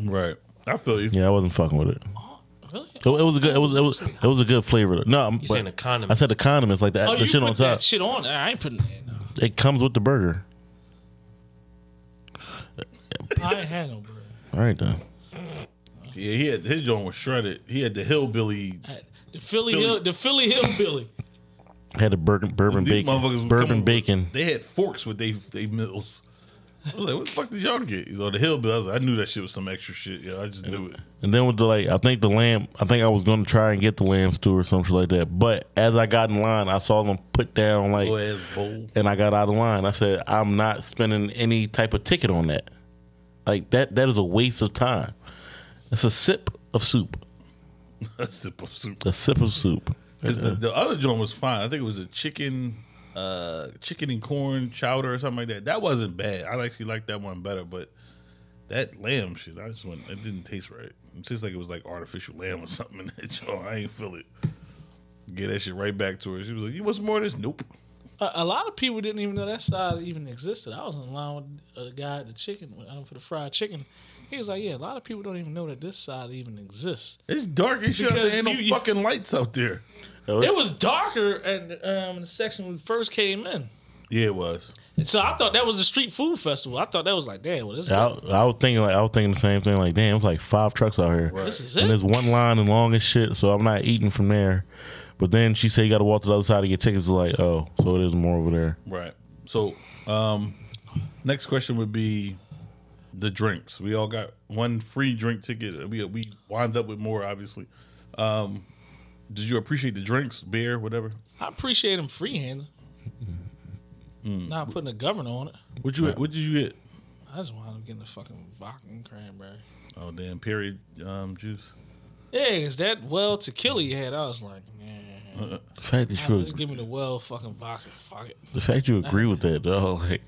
Speaker 3: Right. I feel you.
Speaker 4: yeah, I wasn't fucking with it.
Speaker 6: Really?
Speaker 4: It, it was a good. It was it was it was a good flavor. No, I'm,
Speaker 5: saying the condiment.
Speaker 4: I said the condiments, like the,
Speaker 6: Oh,
Speaker 4: the
Speaker 6: you
Speaker 4: shit
Speaker 6: put
Speaker 4: on top.
Speaker 6: that shit on. I ain't putting that. No.
Speaker 4: It comes with the burger.
Speaker 6: I ain't had no bread.
Speaker 4: All right then.
Speaker 3: Yeah, he had his joint was shredded. He had the hillbilly.
Speaker 6: I- The Philly,
Speaker 3: Philly.
Speaker 6: Hill, the Philly Hillbilly.
Speaker 4: I had a bourbon bourbon
Speaker 3: These motherfuckers
Speaker 4: bacon
Speaker 3: would come
Speaker 4: bourbon
Speaker 3: with-
Speaker 4: bacon.
Speaker 3: They had forks with they they meals. I was like, what the fuck did y'all get? You know, the hillbilly. I was like, I knew that shit was some extra shit. Yeah, I just knew it.
Speaker 4: And then with the like, I think the lamb. I think I was gonna try and get the lamb stew or something like that. But as I got in line, I saw them put down like,
Speaker 3: Little ass bowl.
Speaker 4: and I got out of line. I said, I'm not spending any type of ticket on that. Like that. That is a waste of time. It's a sip of soup.
Speaker 3: A sip of soup.
Speaker 4: A sip of soup.
Speaker 3: 'Cause The,
Speaker 6: Uh-huh.
Speaker 3: the other joint was fine. I think it was a chicken, uh, chicken and corn chowder or something like that. That wasn't bad. I actually liked that one better, but that lamb shit, I just went. It didn't taste right. It tastes like it was like artificial lamb or something in that joint. I ain't feel it. Get that shit right back to her. She was like, "You want some more of this?" Nope.
Speaker 6: A, a lot of people didn't even know that side even existed. I was in line with a guy at the chicken uh, for the fried chicken. He was like, "Yeah, a lot of people don't even know that this side even exists."
Speaker 3: It's dark as shit. out
Speaker 6: Because
Speaker 3: There ain't no
Speaker 6: you- you-
Speaker 3: fucking lights out there.
Speaker 6: It was darker in um, the section when we first came in.
Speaker 3: Yeah, it was.
Speaker 6: And so I thought that was the street food festival. I thought that was like, damn, well, this, is
Speaker 4: I, I was thinking like I was thinking the same thing. Like, damn, it's like five trucks out here,
Speaker 6: this is
Speaker 4: and
Speaker 6: it.
Speaker 4: there's one line and long as shit. So I'm not eating from there. But then she said you got to walk to the other side to get tickets. It's Like, oh, so it is more over there.
Speaker 3: Right. So, um, next question would be the drinks. We all got one free drink ticket. We we wind up with more, obviously. Um, did you appreciate the drinks, beer, whatever?
Speaker 6: I appreciate him freehanding. Not putting a governor on it.
Speaker 3: What you what did you get?
Speaker 6: I just wound up getting the fucking vodka and cranberry.
Speaker 3: Oh damn, period um, juice.
Speaker 6: Yeah, 'cause that well tequila you had, I was like, man,
Speaker 4: The fact that you
Speaker 6: just give me the well fucking vodka. Fuck it.
Speaker 4: the fact you agree with that though, like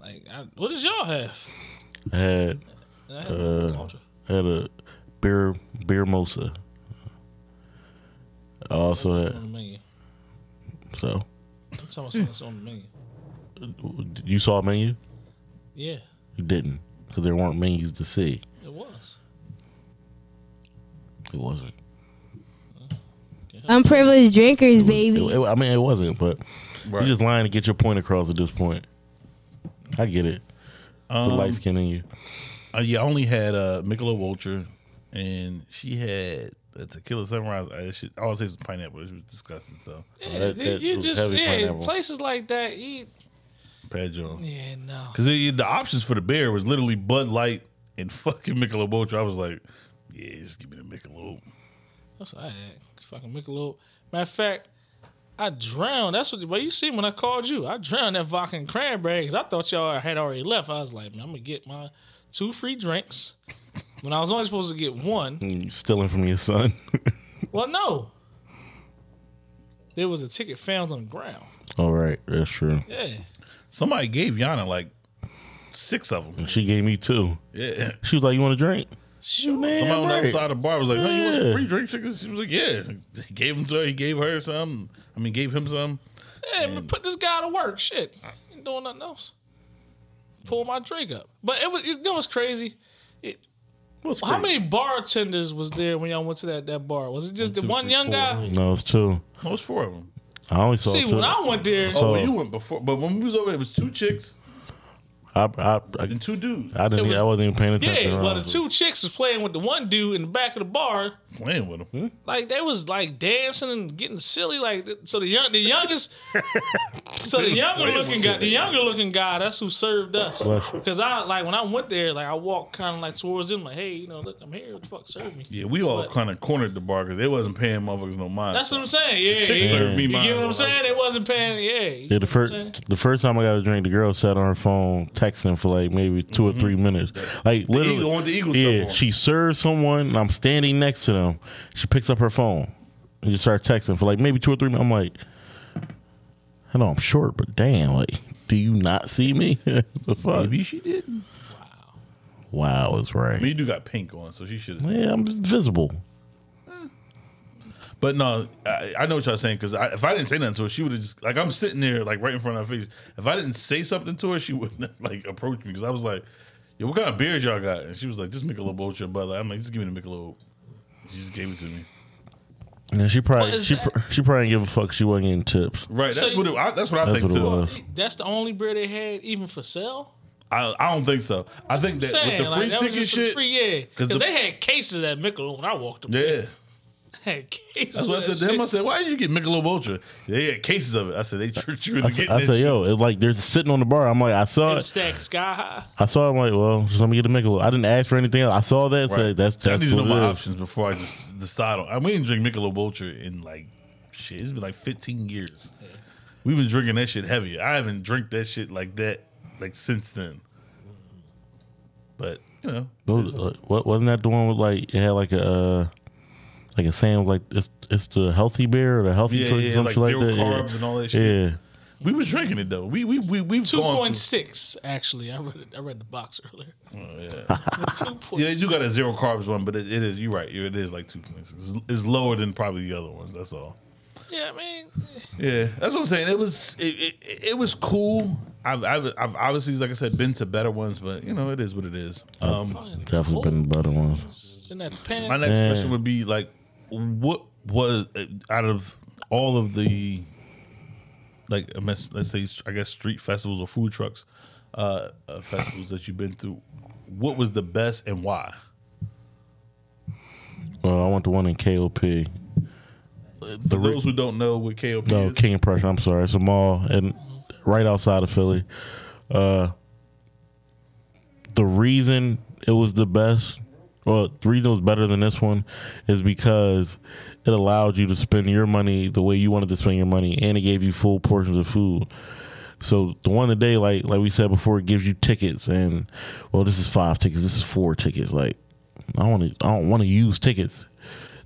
Speaker 6: Like, I, what does y'all have?
Speaker 4: I had
Speaker 6: I had
Speaker 4: Uh,
Speaker 6: Michelob Ultra.
Speaker 4: I had a beer beer mosa. I also
Speaker 6: on the
Speaker 4: had
Speaker 6: menu.
Speaker 4: so
Speaker 6: I'm talking about something that's on the menu.
Speaker 4: you saw a menu.
Speaker 6: Yeah,
Speaker 4: You didn't because there weren't menus to see.
Speaker 6: it was.
Speaker 4: It wasn't.
Speaker 2: Unprivileged drinkers,
Speaker 4: It-
Speaker 2: baby.
Speaker 4: it- I mean, it wasn't, but
Speaker 3: Right.
Speaker 4: you're just lying to get your point across at this point. I get it.
Speaker 6: Um,
Speaker 4: the light skin in you.
Speaker 3: Uh, yeah, I only had uh, Michelob Ultra, and she had a tequila sunrise. I, she, I always say it's pineapple. It was disgusting. So,
Speaker 6: Yeah,
Speaker 4: Oh, that- that
Speaker 6: you
Speaker 4: was
Speaker 6: just
Speaker 4: heavy
Speaker 6: yeah,
Speaker 4: pineapple.
Speaker 6: places like that. You,
Speaker 3: bad job.
Speaker 6: yeah, no.
Speaker 3: Because the options for the beer was literally Bud Light and fucking Michelob Ultra. I was like, yeah, just give me the Michelob.
Speaker 6: That's what I had. Fucking Michelob. Matter of fact, I drowned. That's what. Well, you see when I called you, I drowned that vodka and cranberry 'cause I thought y'all had already left. I was like, man, I'm gonna get my two free drinks. When I was only supposed to get one.
Speaker 5: Hmm.
Speaker 4: You Mm, stealing from your son.
Speaker 6: Well, no. There was a ticket found on the ground.
Speaker 4: All right, that's true.
Speaker 6: Yeah.
Speaker 3: Somebody gave Yana like six of them.
Speaker 4: She gave me two.
Speaker 3: Yeah.
Speaker 4: She was like, "You want a drink?"
Speaker 6: Shoot,
Speaker 4: Damn
Speaker 3: Somebody on the other
Speaker 4: right.
Speaker 3: side of the bar was like, hey, you want some
Speaker 4: Yeah.
Speaker 3: free drink tickets? She was like, yeah. He gave him to her. He gave her some. I mean, gave him some.
Speaker 6: Yeah, man, put this guy to work. Shit, ain't doing nothing else. Pull my drink up. But it was it, that was crazy. It,
Speaker 4: What's
Speaker 6: how
Speaker 4: great?
Speaker 6: many bartenders was there when y'all went to that, that bar? Was it just the
Speaker 5: two,
Speaker 6: one
Speaker 5: three,
Speaker 6: young
Speaker 5: four,
Speaker 6: guy?
Speaker 5: right?
Speaker 4: No, it's two.
Speaker 3: No, it was four of them.
Speaker 4: I only saw
Speaker 6: See,
Speaker 4: two.
Speaker 6: when I went there,
Speaker 3: Oh,
Speaker 4: So-
Speaker 3: well, you went before. But when we was over there, it was two chicks
Speaker 4: I, I, I,
Speaker 3: and two dudes
Speaker 4: I didn't. e,
Speaker 6: It was-
Speaker 4: I wasn't even paying attention.
Speaker 6: yeah, well, the
Speaker 4: honestly.
Speaker 6: two chicks was playing with the one dude in the back of the bar.
Speaker 3: playing with
Speaker 4: Hmm?
Speaker 3: them.
Speaker 6: Like they was like dancing and getting silly. Like so, the young, the youngest, so the younger looking guy, the younger looking guy, that's who served us.
Speaker 4: Bless you.
Speaker 6: Because I like when I went there, like I walked kind of like towards him, like, hey, you know, look, I'm here. What the fuck, serve me.
Speaker 3: Yeah, we all
Speaker 6: But-
Speaker 3: kind of cornered the bar because they wasn't paying motherfuckers no mind.
Speaker 6: That's what I'm saying. Yeah,
Speaker 3: Chick
Speaker 6: yeah.
Speaker 3: served me
Speaker 6: you
Speaker 3: mine.
Speaker 6: get what I'm saying? They wasn't paying. Yeah, you
Speaker 4: Yeah,
Speaker 6: get
Speaker 4: the
Speaker 6: what I'm saying?
Speaker 4: first the first time I got a drink, the girl sat on her phone texting for like maybe 2 or three minutes. Like literally,
Speaker 3: Eagle- with Mm-hmm. the Eagle
Speaker 4: yeah.
Speaker 3: stuff on.
Speaker 4: She serves someone, and I'm standing next to them. She picks up her phone and just starts texting for like maybe two or three minutes. I'm like, I know I'm short, but damn, like, do you not see me? the fuck?
Speaker 3: Maybe she did. I
Speaker 4: Wow, it's
Speaker 3: mean,
Speaker 4: right.
Speaker 3: you do got pink on, so she should have
Speaker 4: Yeah, I'm just visible.
Speaker 3: But no, I, I know what y'all saying because if I didn't say nothing to her, she would have just like I'm sitting there like right in front of her face. If I didn't say something to her, she wouldn't have, like approach me because I was like, "Yo, what kind of beers y'all got?" And she was like, "Just Michelob Ultra, brother." I'm like, "Just give me the Michelob." She just gave it to me.
Speaker 4: And she
Speaker 6: What
Speaker 4: probably
Speaker 6: is
Speaker 4: she
Speaker 6: that?
Speaker 4: pr- she probably didn't give a fuck. She wasn't getting tips.
Speaker 3: Right.
Speaker 6: So
Speaker 3: that's
Speaker 6: you-
Speaker 3: what it, I, that's what I
Speaker 4: That's
Speaker 3: think
Speaker 4: what it
Speaker 3: too.
Speaker 4: was.
Speaker 6: That's the only beer they had, even for sale.
Speaker 3: I, I don't think so. I think that
Speaker 6: Saying,
Speaker 3: with the free
Speaker 6: like, that was
Speaker 3: ticket
Speaker 6: just
Speaker 3: shit.
Speaker 6: for free, yeah.
Speaker 3: 'Cause the-
Speaker 6: Because they had cases at Michelob when I walked up.
Speaker 3: yeah.
Speaker 6: They had cases.
Speaker 3: That's what I
Speaker 6: of
Speaker 3: said
Speaker 6: that
Speaker 3: to him. I
Speaker 6: shit.
Speaker 3: said, "Why did you get Michelob Ultra?" They had cases of it. I said, "They tricked you into
Speaker 4: I,
Speaker 3: getting
Speaker 4: said- I
Speaker 3: that
Speaker 4: said,
Speaker 3: shit."
Speaker 4: yo, it's like they're sitting on the bar. I'm like, I saw
Speaker 6: It was
Speaker 4: it.
Speaker 6: stacked sky high.
Speaker 4: I saw. It, I'm like, well, just let me get a Michelob. I didn't ask for anything else. I saw that.
Speaker 3: Right.
Speaker 4: Said, that's
Speaker 3: So
Speaker 4: that's
Speaker 3: I need to know
Speaker 4: what
Speaker 3: my
Speaker 4: it is.
Speaker 3: options before I just decide on. I we didn't drink Michelob Ultra in like shit. It's been like 15 years. We've been drinking that shit heavy. I haven't drank that shit like that like since then. But you know,
Speaker 4: Those, uh, what wasn't that the one with like it had like a uh, like a saying like it's it's the healthy beer or the healthy
Speaker 3: Yeah,
Speaker 4: choice
Speaker 3: yeah,
Speaker 4: or
Speaker 3: like
Speaker 4: something
Speaker 3: zero
Speaker 4: like, that. Yeah.
Speaker 3: carbs and all that shit.
Speaker 4: Yeah.
Speaker 3: we was drinking it though. We we we we've
Speaker 6: Two
Speaker 3: gone
Speaker 6: point
Speaker 3: through-
Speaker 6: six, actually. I read it, I read the box earlier. Two point
Speaker 3: Oh, Yeah, you got a zero carbs one, but it, it is. You're right. It is like two point six. It's, it's lower than probably the other ones. That's all.
Speaker 6: Yeah, I mean,
Speaker 3: Yeah, that's what I'm saying. It was it, it, it was cool. I've, I've I've obviously, like I said, been to better ones, but you know, it is what it is.
Speaker 4: Oh,
Speaker 3: Um,
Speaker 4: Definitely been the better ones.
Speaker 6: in that
Speaker 3: My
Speaker 6: pan.
Speaker 3: next
Speaker 4: Yeah.
Speaker 3: question would be like, what was uh, out of all of the like I mess- let's say I guess street festivals or food trucks uh, uh, festivals that you've been through? What was the best and why?
Speaker 4: Well, I want the one in KOP.
Speaker 3: For those who don't know what KOP
Speaker 4: No,
Speaker 3: is,
Speaker 4: King of Prussia. I'm sorry. It's a mall and right outside of Philly. Uh, the reason it was the best, well, the reason it was better than this one is because it allowed you to spend your money the way you wanted to spend your money, and it gave you full portions of food. So the one today, like like we said before, it gives you tickets, and well, this is five tickets, this is four tickets. Like I want to, I don't want to use tickets.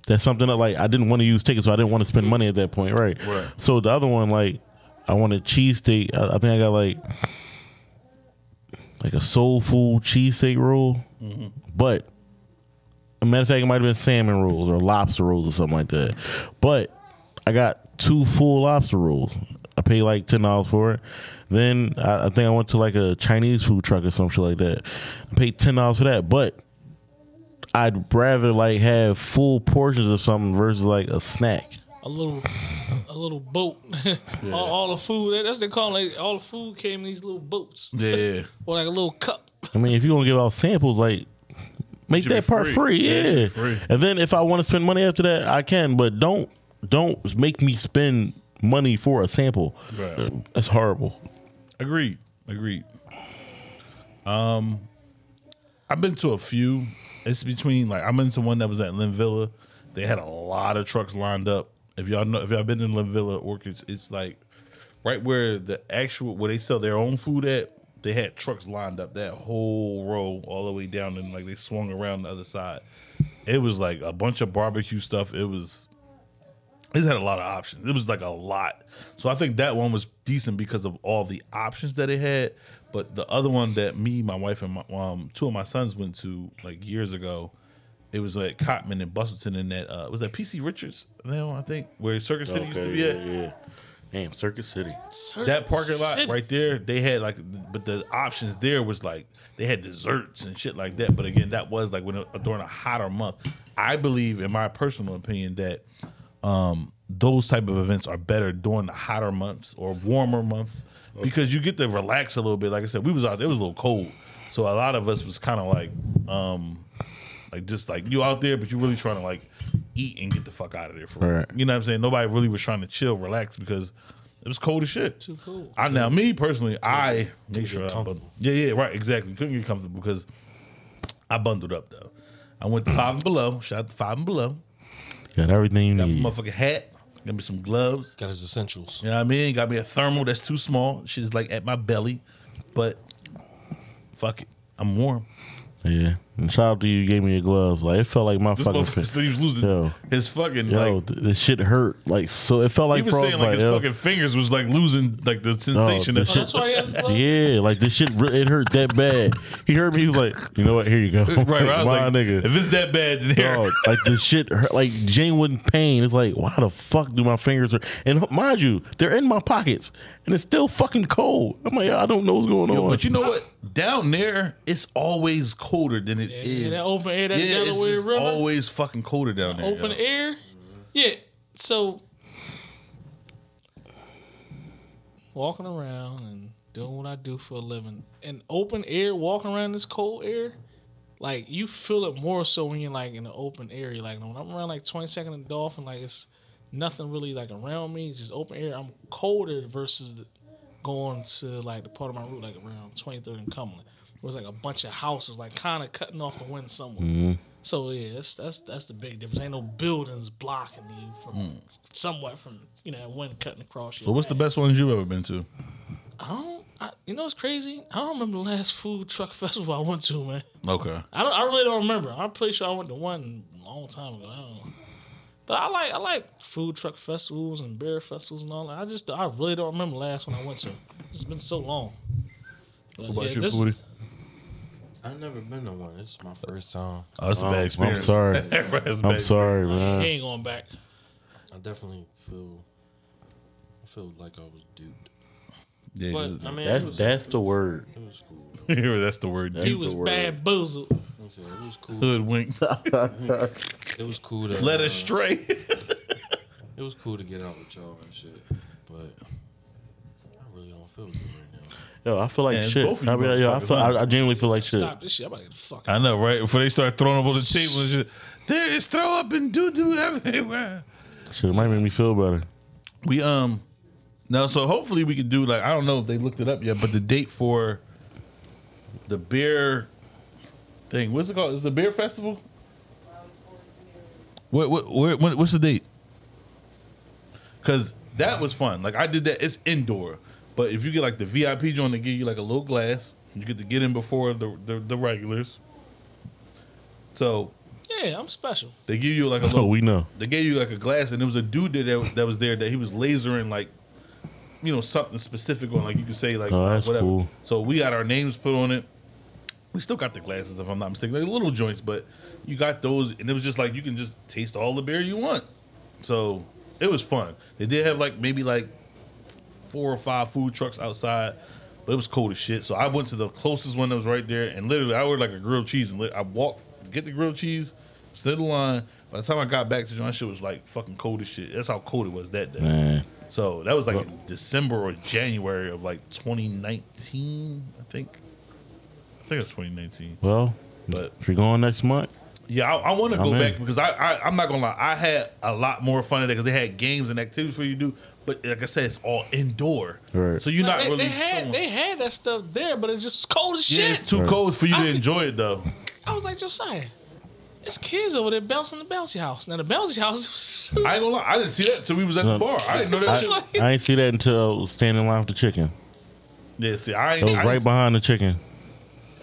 Speaker 4: That's something that like I didn't want to use tickets, so I didn't want to spend money at that point, right?
Speaker 3: Right.
Speaker 4: So the other one, like I wanted cheesesteak. I, I think I got like like a soul food cheesesteak roll, but a matter of fact, it might have been salmon rolls or lobster rolls or something like that. But I got two full lobster rolls. I paid like ten dollars for it. Then I, I think I went to like a Chinese food truck or some shit like that. I paid ten dollars for that, but I'd rather like have full portions of something versus like a snack.
Speaker 6: a little a little boat. all, all the food that's what they call it. All the food came in these little boats
Speaker 3: yeah,
Speaker 6: or like a little cup.
Speaker 4: I mean, if you're gonna give out samples, like make
Speaker 3: should be
Speaker 4: that part
Speaker 3: free.
Speaker 4: free,
Speaker 3: Yeah, it should
Speaker 4: yeah.
Speaker 3: be free.
Speaker 4: And then if I want to spend money after that, I can. But don't don't make me spend money for a sample.
Speaker 3: Right.
Speaker 4: That's horrible.
Speaker 3: agreed, agreed. Um, I've been to a few. It's between like I've been to one that was at Lynn Villa. They had a lot of trucks lined up. If y'all know, if y'all been in Lynn Villa Orchids, it's like right where the actual where they sell their own food at. They had trucks lined up that whole row all the way down, and like they swung around the other side. It was like a bunch of barbecue stuff. It was it had a lot of options. It was like a lot. So I think that one was decent because of all the options that it had. But the other one that me, my wife, and my, um, two of my sons went to like years ago, it was like Cotman and Bustleton and that uh, was that PC Richards now I think where Circus City used to be at.
Speaker 4: yeah. Damn, Circus City.
Speaker 3: That parking lot
Speaker 6: Shit.
Speaker 3: right there, they had like, but the options there was like they had desserts and shit like that. But again, that was like when it, during a hotter month. I believe, in my personal opinion, that um, those type of events are better during the hotter months or warmer months because you get to relax a little bit. Like I said, we was out there; it was a little cold, so a lot of us was kind of like, um, like just like you out there, but you really trying to like eat and get the fuck out of there for real.
Speaker 4: Right.
Speaker 3: you know what I'm saying. Nobody really was trying to chill, relax because. It was cold as shit.
Speaker 6: Too cold.
Speaker 3: I now me personally, I make sure.
Speaker 5: get
Speaker 3: I,
Speaker 5: comfortable.
Speaker 3: yeah, yeah, right, exactly. Couldn't get comfortable because I bundled up though. I went to Five and Below. Shout out to Five and Below.
Speaker 4: Got everything you
Speaker 3: Got
Speaker 4: need.
Speaker 3: my motherfucking hat. Got me some gloves.
Speaker 5: Got his essentials.
Speaker 3: You know what I mean? Got me a thermal that's too small. She's like at my belly, but fuck it, I'm warm.
Speaker 4: Yeah. And shout out to you. you Gave me your gloves. Like it felt like my
Speaker 3: This
Speaker 4: fucking.
Speaker 3: motherfucker
Speaker 4: Fit.
Speaker 3: said he was losing
Speaker 4: Yo.
Speaker 3: his fucking
Speaker 4: Yo,
Speaker 3: like.
Speaker 4: th- the shit hurt. Like so, it felt
Speaker 3: He
Speaker 4: like
Speaker 3: was saying like
Speaker 4: frostbite,
Speaker 3: his
Speaker 4: yo.
Speaker 3: fucking fingers was like losing like the sensation.
Speaker 4: the
Speaker 3: of-
Speaker 6: Oh, that's why he has a club?
Speaker 4: Yeah, like this shit, re- it hurt that bad. He heard me. He was like, "You know what? Here you go,
Speaker 3: right, right. I was
Speaker 4: my
Speaker 3: like,
Speaker 4: nigga."
Speaker 3: If it's that bad, then here.
Speaker 4: Dog, like the shit, hurt, like genuine pain. It's like, why the fuck do my fingers hurt? And mind you, they're in my pockets, and it's still fucking cold. I'm like, I don't know what's going on.
Speaker 3: But you know what? Down there, it's always colder than it is.
Speaker 6: yeah, that open air, that
Speaker 3: yeah, it's
Speaker 6: Delaware
Speaker 3: just
Speaker 6: River.
Speaker 3: always fucking colder down there.
Speaker 6: open
Speaker 3: yo.
Speaker 6: air. Yeah. So walking around and doing what I do for a living, and open air, walking around this cold air, like you feel it more so when you're like in the open area. Like when I'm around like 22nd and Dolphin, like it's nothing really like around me. It's just open air. I'm colder versus the, going to like the part of my route like around 23rd and Cumberland. It was like a bunch of houses, like kind of cutting off the wind somewhere.
Speaker 3: Mm-hmm.
Speaker 6: So yeah, that's that's that's the big difference. Ain't no buildings blocking you from somewhat from you know wind cutting across you.
Speaker 3: So what's the best ones you've ever been to?
Speaker 6: I don't. I, you know what's crazy? I don't remember the last food truck festival I went to, man.
Speaker 3: Okay.
Speaker 6: I don't. I really don't remember. I'm pretty sure I went to one a long time ago. I don't know. But I like I like food truck festivals and beer festivals and all that. I just I really don't remember the last one I went to. It's been so long. But,
Speaker 3: What about
Speaker 6: yeah,
Speaker 3: you,
Speaker 6: this-
Speaker 3: Pootie?
Speaker 5: I've never been to one. This is my first time.
Speaker 3: Oh, that's a bad
Speaker 4: I'm
Speaker 3: experience.
Speaker 4: sorry.
Speaker 3: That's a
Speaker 4: I'm
Speaker 3: bad-
Speaker 4: sorry,
Speaker 6: He
Speaker 4: man.
Speaker 6: ain't going back.
Speaker 5: I definitely feel. I feel like I was duped.
Speaker 3: Yeah,
Speaker 5: But I mean, it
Speaker 4: That's
Speaker 5: was,
Speaker 4: that's the word.
Speaker 5: it was cool.
Speaker 3: that's the word.
Speaker 6: He
Speaker 3: Dude.
Speaker 6: was
Speaker 4: the word.
Speaker 6: bamboozled.
Speaker 5: Like I said, It was cool.
Speaker 3: Hoodwink.
Speaker 5: It was cool to
Speaker 3: Let
Speaker 5: uh,
Speaker 3: us stray.
Speaker 5: It was cool to get out with y'all and shit, but I really don't feel good right now.
Speaker 4: Yo, I feel like
Speaker 3: Yeah,
Speaker 4: shit.
Speaker 3: both of you
Speaker 4: I, mean, yo, I, feel, I, I genuinely feel like shit.
Speaker 6: Stop this shit. I'm about to get the fuck out.
Speaker 3: I know, right? Before they start throwing up on the table and shit. There is throw up and doo doo everywhere.
Speaker 4: Shit, it might make me feel better.
Speaker 3: We um now so hopefully we could do like I don't know if they looked it up yet, but the date for the beer thing. What's it called? Is the beer festival? What what where, when, what's the date? Cause that was fun. Like I did that. It's indoor, but if you get like the VIP joint, they give you like a little glass. You get to get in before the the, the regulars. So
Speaker 6: Yeah, I'm special.
Speaker 3: they give you like a
Speaker 4: Oh,
Speaker 3: little
Speaker 4: we know.
Speaker 3: they gave you like a glass, and there was a dude there that, that was there that he was lasering like, you know, something specific on like you could say like
Speaker 4: Oh, that's
Speaker 3: whatever.
Speaker 4: cool.
Speaker 3: So we got our names put on it. We still got the glasses, if I'm not mistaken, like little joints, but you got those, and it was just like you can just taste all the beer you want. So it was fun. They did have like maybe like four or five food trucks outside, but it was cold as shit. So I went to the closest one that was right there, and literally I ordered like a grilled cheese, and lit, I walked to get the grilled cheese, stood in line. By the time I got back to John, shit was like fucking cold as shit. That's how cold it was that day.
Speaker 4: Man,
Speaker 3: So that was like in December or January of like 2019, I think. I think it was 2019,
Speaker 4: well,
Speaker 3: but
Speaker 4: if you're going next month,
Speaker 3: yeah, I, I want to
Speaker 4: I'm
Speaker 3: go
Speaker 4: in.
Speaker 3: back because I, I I'm not gonna lie, I had a lot more fun today because they had games and activities for you to do. But like I said, it's all indoor,
Speaker 4: Right.
Speaker 3: so you're
Speaker 6: Like,
Speaker 3: not
Speaker 6: they,
Speaker 3: really.
Speaker 6: they had
Speaker 3: feeling-
Speaker 6: they had that stuff there, but it's just cold as
Speaker 3: yeah,
Speaker 6: shit.
Speaker 3: it's too cold for you
Speaker 6: I
Speaker 3: to
Speaker 6: could-
Speaker 3: enjoy it though.
Speaker 6: I was like, Josiah, it's kids over there bouncing the bouncy house. Now the bouncy house was
Speaker 3: I ain't gonna lie, I didn't see that till we was at the
Speaker 4: No.
Speaker 3: bar. I didn't know that shit.
Speaker 4: I, I ain't see that until I was standing in line for the chicken.
Speaker 3: Yeah, see, I ain't.
Speaker 4: That was
Speaker 3: I
Speaker 4: right
Speaker 3: ain't-
Speaker 4: behind the chicken.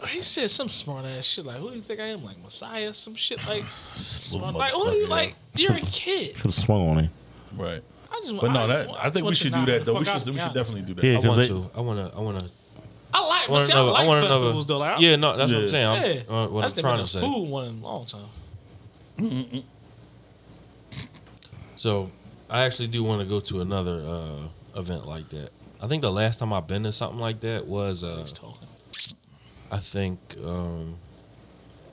Speaker 6: he said some smart ass shit like, who do you think I am? Like Messiah, some shit like smart. Like who do you
Speaker 3: motherfucker,
Speaker 6: like? You're a kid.
Speaker 4: Could have swung on him.
Speaker 3: Right,
Speaker 6: I just
Speaker 3: but
Speaker 6: I
Speaker 3: no,
Speaker 6: just
Speaker 3: that
Speaker 6: want-
Speaker 3: I think we
Speaker 6: want
Speaker 3: should
Speaker 6: to
Speaker 3: do
Speaker 6: knock
Speaker 3: that
Speaker 6: the
Speaker 3: though. We
Speaker 6: fuck out,
Speaker 3: should
Speaker 6: to
Speaker 3: we
Speaker 6: be
Speaker 3: should
Speaker 6: honest.
Speaker 3: definitely do that.
Speaker 4: Yeah,
Speaker 5: I want
Speaker 4: because
Speaker 5: to. I wanna. I wanna.
Speaker 6: I like,
Speaker 5: I want
Speaker 6: but see, I
Speaker 5: another. I
Speaker 6: like
Speaker 5: want another.
Speaker 6: festivals though. Like, I-
Speaker 5: yeah, no, that's what
Speaker 3: Yeah.
Speaker 5: I'm saying. I'm,
Speaker 6: yeah.
Speaker 5: uh, what
Speaker 6: That's
Speaker 5: I'm
Speaker 6: the
Speaker 5: trying to
Speaker 6: best
Speaker 5: say.
Speaker 6: Food one in a long time.
Speaker 5: So I actually do want to go to another uh, event like that. I think the last time I've been to something like that was uh,
Speaker 6: He's talking.
Speaker 5: I think um,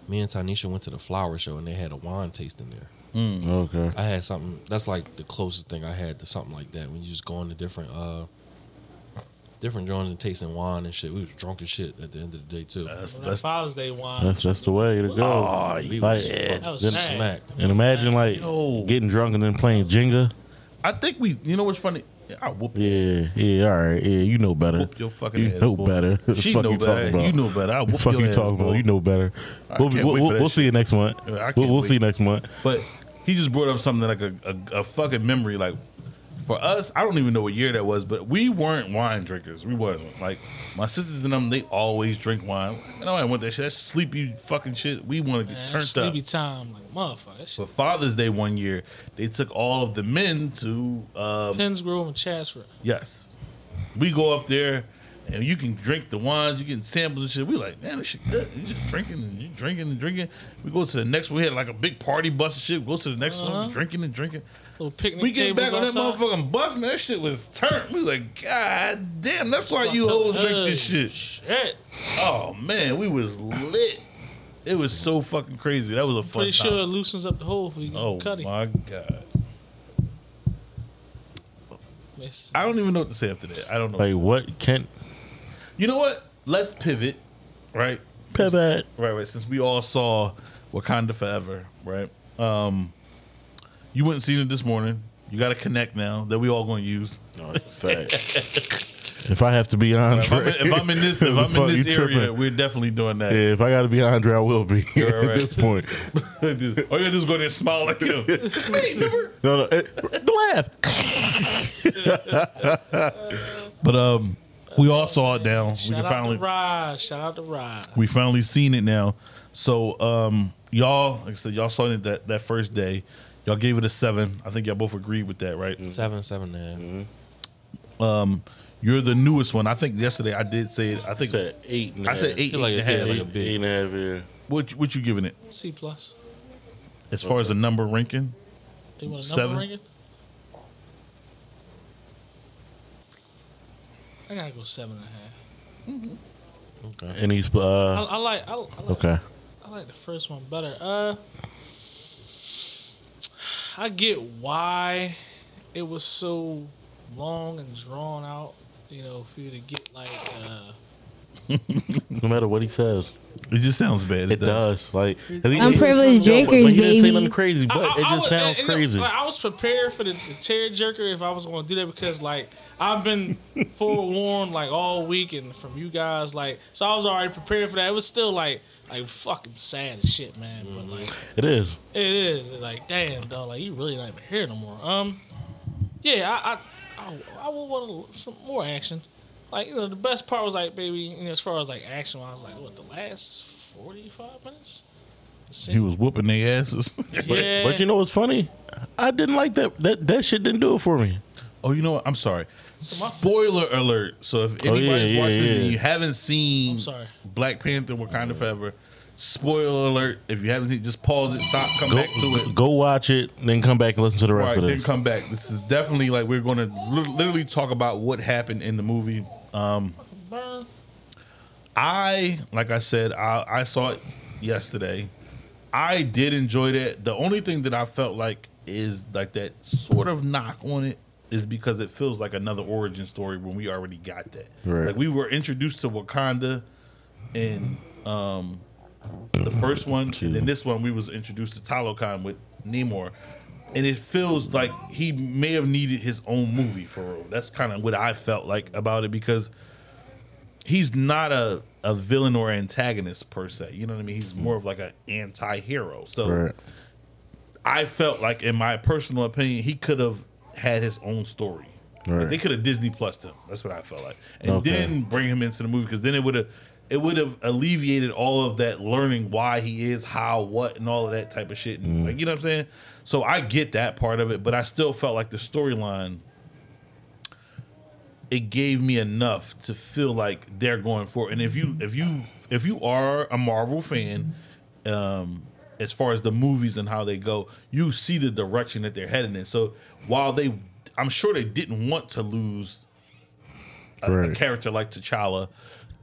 Speaker 5: me and Tanisha went to the flower show and they had a wine tasting there.
Speaker 4: okay.
Speaker 5: I had something that's like the closest thing I had to something like that when you just going to different uh different joints and tasting wine and shit. We was drunk as shit at the end of the day too.
Speaker 3: That's,
Speaker 6: When that
Speaker 3: that's,
Speaker 6: Father's Day wine.
Speaker 4: That's that's the way to go.
Speaker 3: Oh,
Speaker 5: we
Speaker 4: like-
Speaker 5: was fucking
Speaker 6: that was
Speaker 4: then-
Speaker 6: sad.
Speaker 5: smacked.
Speaker 4: and imagine like
Speaker 3: Yo.
Speaker 4: getting drunk and then playing Jenga.
Speaker 3: I think we. You know what's funny? Yeah, I whoop
Speaker 4: Yeah, yeah, all right. Yeah, you know better.
Speaker 3: Whoop your fucking
Speaker 4: you
Speaker 3: ass,
Speaker 4: know
Speaker 3: boy.
Speaker 4: better. The
Speaker 3: She
Speaker 4: fuck
Speaker 3: know
Speaker 4: you
Speaker 3: better.
Speaker 4: talking about?
Speaker 3: You know better. I
Speaker 4: The
Speaker 3: whoop
Speaker 4: fuck
Speaker 3: your
Speaker 4: you
Speaker 3: ass,
Speaker 4: talking
Speaker 3: boy.
Speaker 4: about? You know better.
Speaker 3: I
Speaker 4: We'll,
Speaker 3: can't
Speaker 4: we'll,
Speaker 3: wait for
Speaker 4: we'll,
Speaker 3: that
Speaker 4: we'll
Speaker 3: shit.
Speaker 4: see you next month.
Speaker 3: I can't
Speaker 4: We'll, we'll
Speaker 3: wait.
Speaker 4: see you next month.
Speaker 3: But he just brought up something like a, a, a fucking memory. Like for us, I don't even know what year that was, but we weren't wine drinkers. We wasn't. Like my sisters and them, they always drink wine. And I want that shit. That's sleepy fucking shit. We want to get
Speaker 6: Man,
Speaker 3: turned
Speaker 6: sleepy
Speaker 3: up.
Speaker 6: time, like motherfucker. That shit.
Speaker 3: For Father's Day one year, they took all of the men to um,
Speaker 6: Pensgrove and Chatsworth.
Speaker 3: Yes. We go up there and you can drink the wines, you can sample and shit. We like, man, this shit good. You just drinking and you drinking and drinking. We go to the next we had like a big party bus and shit. We go to the next
Speaker 6: Uh-huh.
Speaker 3: one, we drinking and drinking.
Speaker 6: Little picnic
Speaker 3: We get
Speaker 6: tables
Speaker 3: back on that
Speaker 6: outside.
Speaker 3: motherfucking bus, man. That shit was turned. We was like, God damn, that's why you hoes drink this shit.
Speaker 6: Shit.
Speaker 3: Oh man, we was lit. It was so fucking crazy. That was a fun
Speaker 6: Pretty sure it
Speaker 3: time.
Speaker 6: loosens up the hole for you.
Speaker 3: Oh
Speaker 6: Oh, cutting.
Speaker 3: my god.
Speaker 6: It's-
Speaker 3: I don't even know what to say after that. I don't know.
Speaker 4: Like what? Kent
Speaker 3: you know what? Let's pivot, right?
Speaker 4: pivot.
Speaker 3: Right, right. Since we all saw Wakanda Forever, right? Um, you went and seen it this morning. You got to connect now that we all going to use.
Speaker 4: if I have to be
Speaker 3: If I'm,
Speaker 4: Andre,
Speaker 3: in, if I'm in this, if I'm
Speaker 4: Fuck,
Speaker 3: in this
Speaker 4: you
Speaker 3: area,
Speaker 4: tripping.
Speaker 3: we're definitely doing that.
Speaker 4: yeah, if I got to be Andre, I will be
Speaker 3: You're
Speaker 4: at
Speaker 3: right.
Speaker 4: this point.
Speaker 3: all you gotta do is go there and smile like him. It's me, remember?
Speaker 4: No, no, eh, the laugh.
Speaker 3: But um, we all saw it now. we
Speaker 6: Shout
Speaker 3: can
Speaker 6: out
Speaker 3: finally
Speaker 6: to Rod. Shout out to Rod.
Speaker 3: we finally seen it now. So um, y'all, like I said, y'all saw it that that first day. Y'all gave it a seven. I think y'all both agreed with that, right?
Speaker 4: Mm.
Speaker 5: Seven, seven and a half.
Speaker 3: Mm-hmm. Um, you're the newest one. I think yesterday I did say it. I think
Speaker 4: Said eight. and a
Speaker 3: I said
Speaker 4: half.
Speaker 3: eight,
Speaker 5: Feel like
Speaker 3: eight and a
Speaker 5: it
Speaker 3: half.
Speaker 5: did,
Speaker 4: Eight,
Speaker 5: like a big-
Speaker 4: eight and a half. Yeah.
Speaker 3: What what you giving it
Speaker 6: C plus.
Speaker 3: as far as the number ranking?
Speaker 6: You want a number
Speaker 3: Seven.
Speaker 6: ringing? I gotta go seven and a half.
Speaker 4: And he's uh
Speaker 6: I, I like I, I like
Speaker 4: okay.
Speaker 6: I like the first one better. Uh, I get why it was so long and drawn out. You know, for you to get like uh,
Speaker 4: No matter what he says,
Speaker 3: It just sounds bad.
Speaker 4: It does. Like I think
Speaker 2: I'm
Speaker 4: it-
Speaker 2: privileged
Speaker 4: no, but- but
Speaker 2: drinkers,
Speaker 4: he didn't say
Speaker 2: baby.
Speaker 4: nothing crazy, but it just
Speaker 6: was-
Speaker 4: sounds
Speaker 6: and- and,
Speaker 4: crazy.
Speaker 6: like, I was prepared for the, the tear jerker if I was going to do that because like I've been forewarned like all week and from you guys like so I was already prepared for that. It was still like like fucking sad as shit, man. But like
Speaker 4: it is.
Speaker 6: it is It's like damn dog, like you really not even here no more. Um, yeah, I I I, I would want some more action. Like you know, the best part was like baby, you know, as far as like action, I was like what the last forty five minutes.
Speaker 3: He was whooping their asses.
Speaker 6: yeah.
Speaker 4: But you know what's funny? I didn't like that. That that shit didn't do it for me.
Speaker 3: oh, you know what? I'm sorry.
Speaker 6: my-
Speaker 3: Spoiler alert. So if
Speaker 4: Oh, yeah,
Speaker 3: anybody's
Speaker 4: yeah,
Speaker 3: watching this
Speaker 4: yeah.
Speaker 3: and you haven't seen
Speaker 6: sorry.
Speaker 3: Black Panther Wakanda Forever, spoiler alert. If you haven't seen, just pause it, stop, come
Speaker 4: Go,
Speaker 3: back to it.
Speaker 4: go watch it, then come back and listen to the rest
Speaker 3: Right,
Speaker 4: of
Speaker 3: then
Speaker 4: it.
Speaker 3: come back. This is definitely like we're going to literally talk about what happened in the movie. Um,
Speaker 6: Burn.
Speaker 3: I, like I said, I, I saw it yesterday. I did enjoy that. The only thing that I felt like is like that sort of knock on it is because it feels like another origin story when we already got that.
Speaker 4: Right.
Speaker 3: Like we were introduced to Wakanda in um, the first one, and then this one we was introduced to Talokan with Namor. And it feels like he may have needed his own movie for real. That's kind of what I felt like about it because he's not a, a villain or antagonist per se. You know what I mean? He's more of like an anti hero. So
Speaker 4: Right.
Speaker 3: I felt like, in my personal opinion, he could have had his own story. Like,
Speaker 4: Right.
Speaker 3: they could have Disney plus him. That's what I felt like, and
Speaker 4: Okay.
Speaker 3: then bring him into the movie because then it would have it would have alleviated all of that learning why he is, how, what, and all of that type of shit. And, Like you know what I'm saying? So I get that part of it, but I still felt like the storyline it gave me enough to feel like they're going for it. And if you if you if you are a Marvel fan, um, as far as the movies and how they go, you see the direction that they're heading in. So while they, I'm sure they didn't want to lose a, a
Speaker 4: Right.
Speaker 3: character like T'Challa,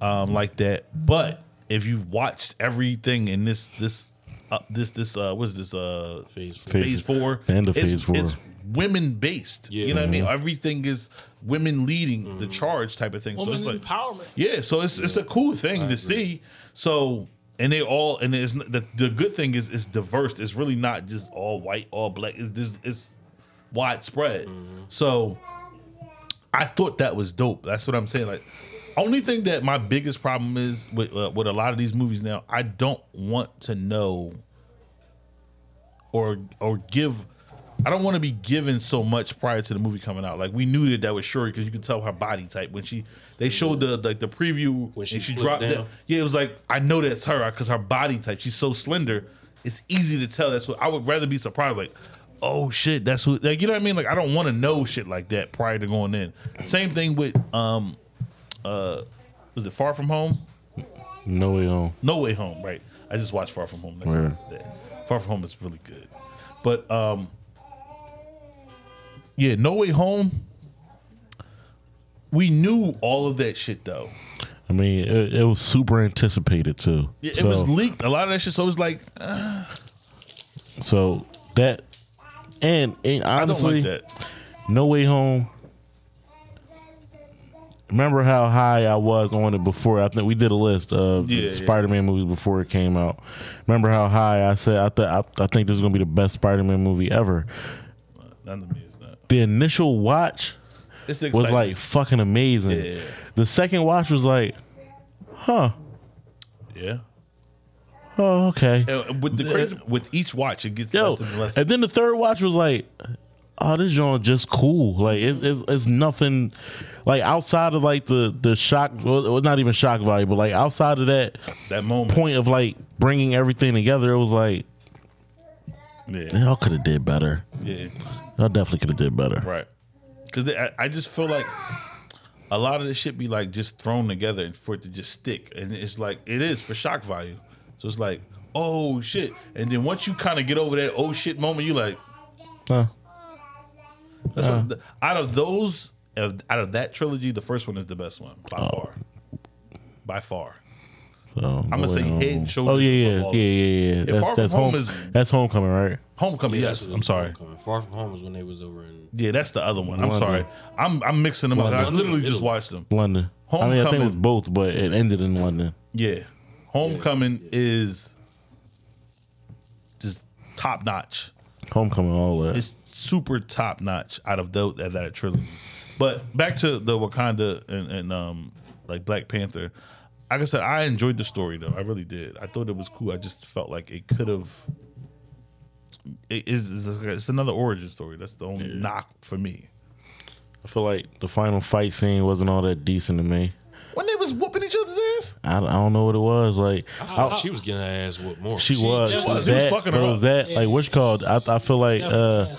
Speaker 3: um, like that. But if you've watched everything in this this uh, this this uh, what's this uh
Speaker 5: Phase four.
Speaker 3: phase,
Speaker 4: Phase-
Speaker 3: four
Speaker 4: the end of
Speaker 3: it's,
Speaker 4: phase four.
Speaker 3: it's women based.
Speaker 5: Yeah.
Speaker 3: You know what I mean? Everything is women leading the charge type of thing.
Speaker 6: Woman
Speaker 3: so it's like
Speaker 6: empowerment.
Speaker 3: yeah, so it's it's a cool thing to see. So and they all and it's n- the the good thing is it's diverse. It's really not just all white, all black. It's just, it's widespread. So I thought that was dope. That's what I'm saying. Like only thing that my biggest problem is with uh, with a lot of these movies now, I don't want to know or or give. I don't want to be given so much prior to the movie coming out. Like we knew that that was Shuri because you could tell her body type when she they showed the like the preview
Speaker 5: When she
Speaker 3: and she
Speaker 5: flipped
Speaker 3: dropped it.
Speaker 5: down.
Speaker 3: Yeah, it was like I know that's her because her body type. She's so slender. It's easy to tell. That's what I would rather be surprised. Like, oh shit, that's who. Like you know what I mean? Like I don't want to know shit like that prior to going in. Same thing with um, uh, was it Far From Home?
Speaker 4: No way home.
Speaker 3: No Way Home, right? I just watched Far From Home. That's
Speaker 4: Right.
Speaker 3: that's that. Far From Home is really good, but um, yeah, No Way Home. We knew all of that shit though.
Speaker 4: I mean, it, it was super anticipated too.
Speaker 3: It, it
Speaker 4: so,
Speaker 3: was leaked. A lot of that shit. So it was like,
Speaker 4: so that and, and
Speaker 3: I don't like
Speaker 4: honestly,
Speaker 3: that.
Speaker 4: No Way Home. Remember how high I was on it before? I think we did a list of
Speaker 3: Yeah, yeah.
Speaker 4: Spider-Man movies before it came out. Remember how high I said I thought I, I think this is gonna be the best Spider-Man movie ever.
Speaker 3: None of me is not.
Speaker 4: The initial watch
Speaker 3: It's
Speaker 4: was
Speaker 3: exciting.
Speaker 4: like fucking amazing.
Speaker 3: Yeah.
Speaker 4: The second watch was like, huh?
Speaker 3: yeah.
Speaker 4: Oh, okay.
Speaker 3: And with the crazy, with each watch, it gets
Speaker 4: Yo,
Speaker 3: less and less.
Speaker 4: and then the third watch was like, oh, this joint just cool. Like it's, it's it's nothing, like outside of like the the shock, well, well, not even shock value, but like outside of that
Speaker 3: that moment.
Speaker 4: point of like bringing everything together, it was like
Speaker 3: Yeah.
Speaker 4: y'all could have did better.
Speaker 3: Yeah.
Speaker 4: Y'all definitely could have did better.
Speaker 3: Right. Because I, I just feel like a lot of this shit be like just thrown together and for it to just stick. And it's like, it is for shock value. So it's like, oh shit. And then once you kind of get over that oh shit moment, you like,
Speaker 4: Huh.
Speaker 3: that's what, out of those, of, out of that trilogy, the first one is the best one by far. By far.
Speaker 4: So,
Speaker 3: I'm gonna say head and shoulders
Speaker 4: Oh yeah,
Speaker 3: above
Speaker 4: yeah,
Speaker 3: all.
Speaker 4: yeah, yeah, yeah. That's,
Speaker 3: Far From
Speaker 4: that's
Speaker 3: Home
Speaker 4: home.
Speaker 3: is-
Speaker 4: that's homecoming, right?
Speaker 3: Homecoming,
Speaker 5: Yeah,
Speaker 3: yes.
Speaker 5: that's
Speaker 3: I'm sorry.
Speaker 5: Homecoming. Far from home was when they was over in
Speaker 3: Yeah, that's the other one. I'm
Speaker 4: London.
Speaker 3: sorry. I'm I'm mixing them up. I
Speaker 4: London.
Speaker 3: literally just watched them.
Speaker 4: London. I mean, I think it was
Speaker 3: Homecoming.
Speaker 4: both, but it ended in London.
Speaker 3: Yeah. Homecoming is just top notch.
Speaker 4: Homecoming, all that.
Speaker 3: It's super top notch out of those of that trilogy. But back to the Wakanda and, and um like Black Panther. Like I said, I enjoyed the story though. I really did. I thought it was cool. I just felt like it could have. It is it's another origin story. That's the only knock for me.
Speaker 4: I feel like the final fight scene wasn't all that decent to me.
Speaker 3: When they was whooping each other's ass,
Speaker 4: I, I don't know what it was like.
Speaker 5: I felt like she was getting her ass whooped more.
Speaker 4: She was.
Speaker 6: she
Speaker 4: She
Speaker 6: was.
Speaker 4: was
Speaker 3: He was
Speaker 4: that.
Speaker 3: fucking
Speaker 4: but
Speaker 3: her
Speaker 4: it
Speaker 3: up.
Speaker 4: was that. Like what's called? I, I feel like uh,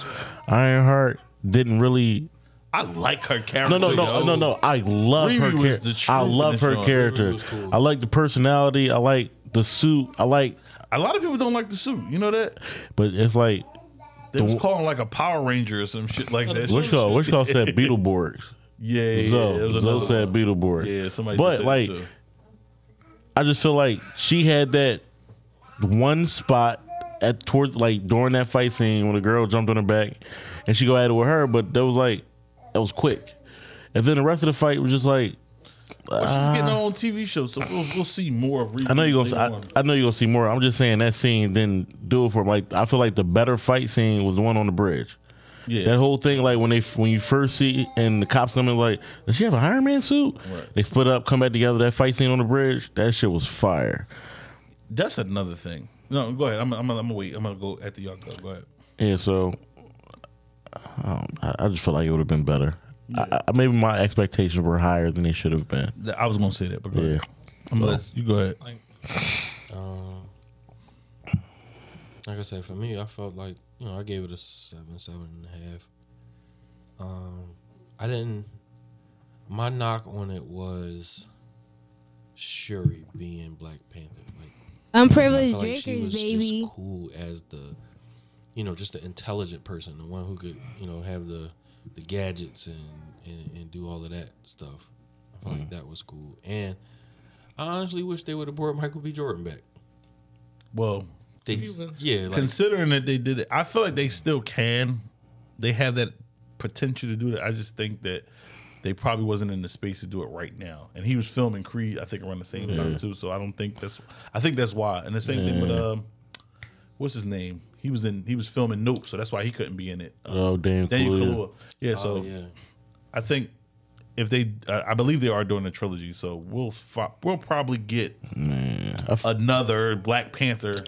Speaker 4: Ironheart didn't really.
Speaker 3: I like her character.
Speaker 4: No, no, no,
Speaker 3: yo.
Speaker 4: no, no. I love her
Speaker 3: Riri was
Speaker 4: character.
Speaker 3: the truth
Speaker 4: I
Speaker 3: in
Speaker 4: love
Speaker 3: this
Speaker 4: her
Speaker 3: show.
Speaker 4: character.
Speaker 5: Riri was cool.
Speaker 4: I like the personality. I like the suit. I like,
Speaker 3: A lot of people don't like the suit. You know that
Speaker 4: but it's like
Speaker 3: they was calling like a Power Ranger or some shit like that.
Speaker 4: what's called? What's called? Said Beetleborgs.
Speaker 3: Yeah, yeah. yeah, it
Speaker 4: Zo,
Speaker 3: was
Speaker 4: Zo
Speaker 3: another
Speaker 4: said
Speaker 3: one.
Speaker 4: Beetleborg.
Speaker 3: Yeah, somebody.
Speaker 4: But
Speaker 3: just said
Speaker 4: like,
Speaker 3: it, too.
Speaker 4: I just feel like she had that one spot at towards like during that fight scene when the girl jumped on her back and she go at it with her, but that was like that was quick. And then the rest of the fight was just like
Speaker 3: Well, she's getting her own TV show, so we'll, we'll see more of. Riri
Speaker 4: I know you're
Speaker 3: later
Speaker 4: gonna
Speaker 3: on.
Speaker 4: I, I know you're gonna see more. I'm just saying that scene didn't do it for him. Like I feel like the better fight scene was the one on the bridge.
Speaker 3: yeah,
Speaker 4: That whole thing, like when they when you first see and the cops come in, like does she have an Iron Man suit?
Speaker 3: Right.
Speaker 4: They split up, come back together. That fight scene on the bridge, that shit was fire.
Speaker 3: that's another thing. No, go ahead. I'm, I'm, I'm gonna wait. I'm gonna go after y'all. Go, go ahead.
Speaker 4: Yeah, so I, don't- I- I just feel like it would have been better. I, I, maybe my expectations were higher than they should have been.
Speaker 3: Th- I was gonna say that, but go
Speaker 4: Yeah,
Speaker 3: ahead. I'm gonna let you go ahead.
Speaker 6: Like,
Speaker 5: Like I said, for me, I felt like you know I gave it a seven, seven and a half. Um, I didn't. My knock on it was Shuri being Black Panther. Like I
Speaker 2: Unprivileged
Speaker 5: felt like she
Speaker 2: drinkers,
Speaker 5: was
Speaker 2: baby.
Speaker 5: just cool as the, you know, just the intelligent person, the one who could you know have the the gadgets and and, and do all of that stuff. I felt like that was cool, and I honestly wish they would have brought Michael B. Jordan back.
Speaker 3: Well,
Speaker 5: They,
Speaker 6: was-
Speaker 5: yeah, like
Speaker 3: considering that they did it, I feel like they still can. They have that potential to do that. I just think that they probably wasn't in the space to do it right now. And he was filming Creed, I think, around the same time too. So I don't think that's. I think that's why. And the same thing with um, what's his name? He was in. He was filming Nope, so that's why he couldn't be in it. Um,
Speaker 4: Oh, damn,
Speaker 3: Daniel
Speaker 4: Kaluuya.
Speaker 3: Kaluuya. Yeah. So
Speaker 5: oh, yeah.
Speaker 3: I think if they, I I believe they are doing a trilogy. So we'll fi- we'll probably get
Speaker 4: I f-
Speaker 3: another Black Panther.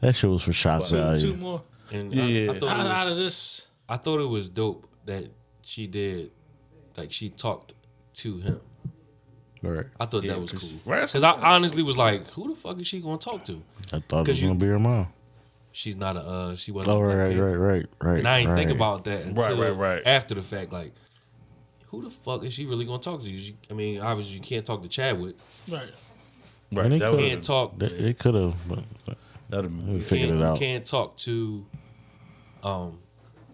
Speaker 4: that shit was for shots
Speaker 6: two
Speaker 4: value.
Speaker 6: more
Speaker 5: And
Speaker 3: Yeah.
Speaker 5: I, I, thought
Speaker 6: out,
Speaker 5: it
Speaker 6: out
Speaker 5: was,
Speaker 6: of this.
Speaker 5: I thought it was dope that she did, like she talked to him.
Speaker 4: Right.
Speaker 5: I thought that was cool
Speaker 3: right, that's
Speaker 5: because I honestly was like, "Who the fuck is she gonna talk to?
Speaker 4: I thought it
Speaker 5: 'Cause
Speaker 4: was
Speaker 5: you-
Speaker 4: gonna be her mom.
Speaker 5: She's not a uh, she wasn't." a
Speaker 4: Oh,
Speaker 5: Black
Speaker 4: right, right,
Speaker 5: Panther.
Speaker 4: right, right, right.
Speaker 5: And I ain't
Speaker 4: right.
Speaker 5: think about that until
Speaker 3: Right, right, right.
Speaker 5: after the fact. Like, who the fuck is she really gonna talk to? You, I mean, obviously you can't talk to Chadwick.
Speaker 6: Right.
Speaker 3: Right.
Speaker 4: they
Speaker 3: That
Speaker 4: could-
Speaker 3: would've
Speaker 5: Can't talk.
Speaker 4: They, they could have, but
Speaker 3: been- that'd have been-
Speaker 4: we
Speaker 5: Can't,
Speaker 4: figured it
Speaker 5: you
Speaker 4: out.
Speaker 5: can't talk to, um,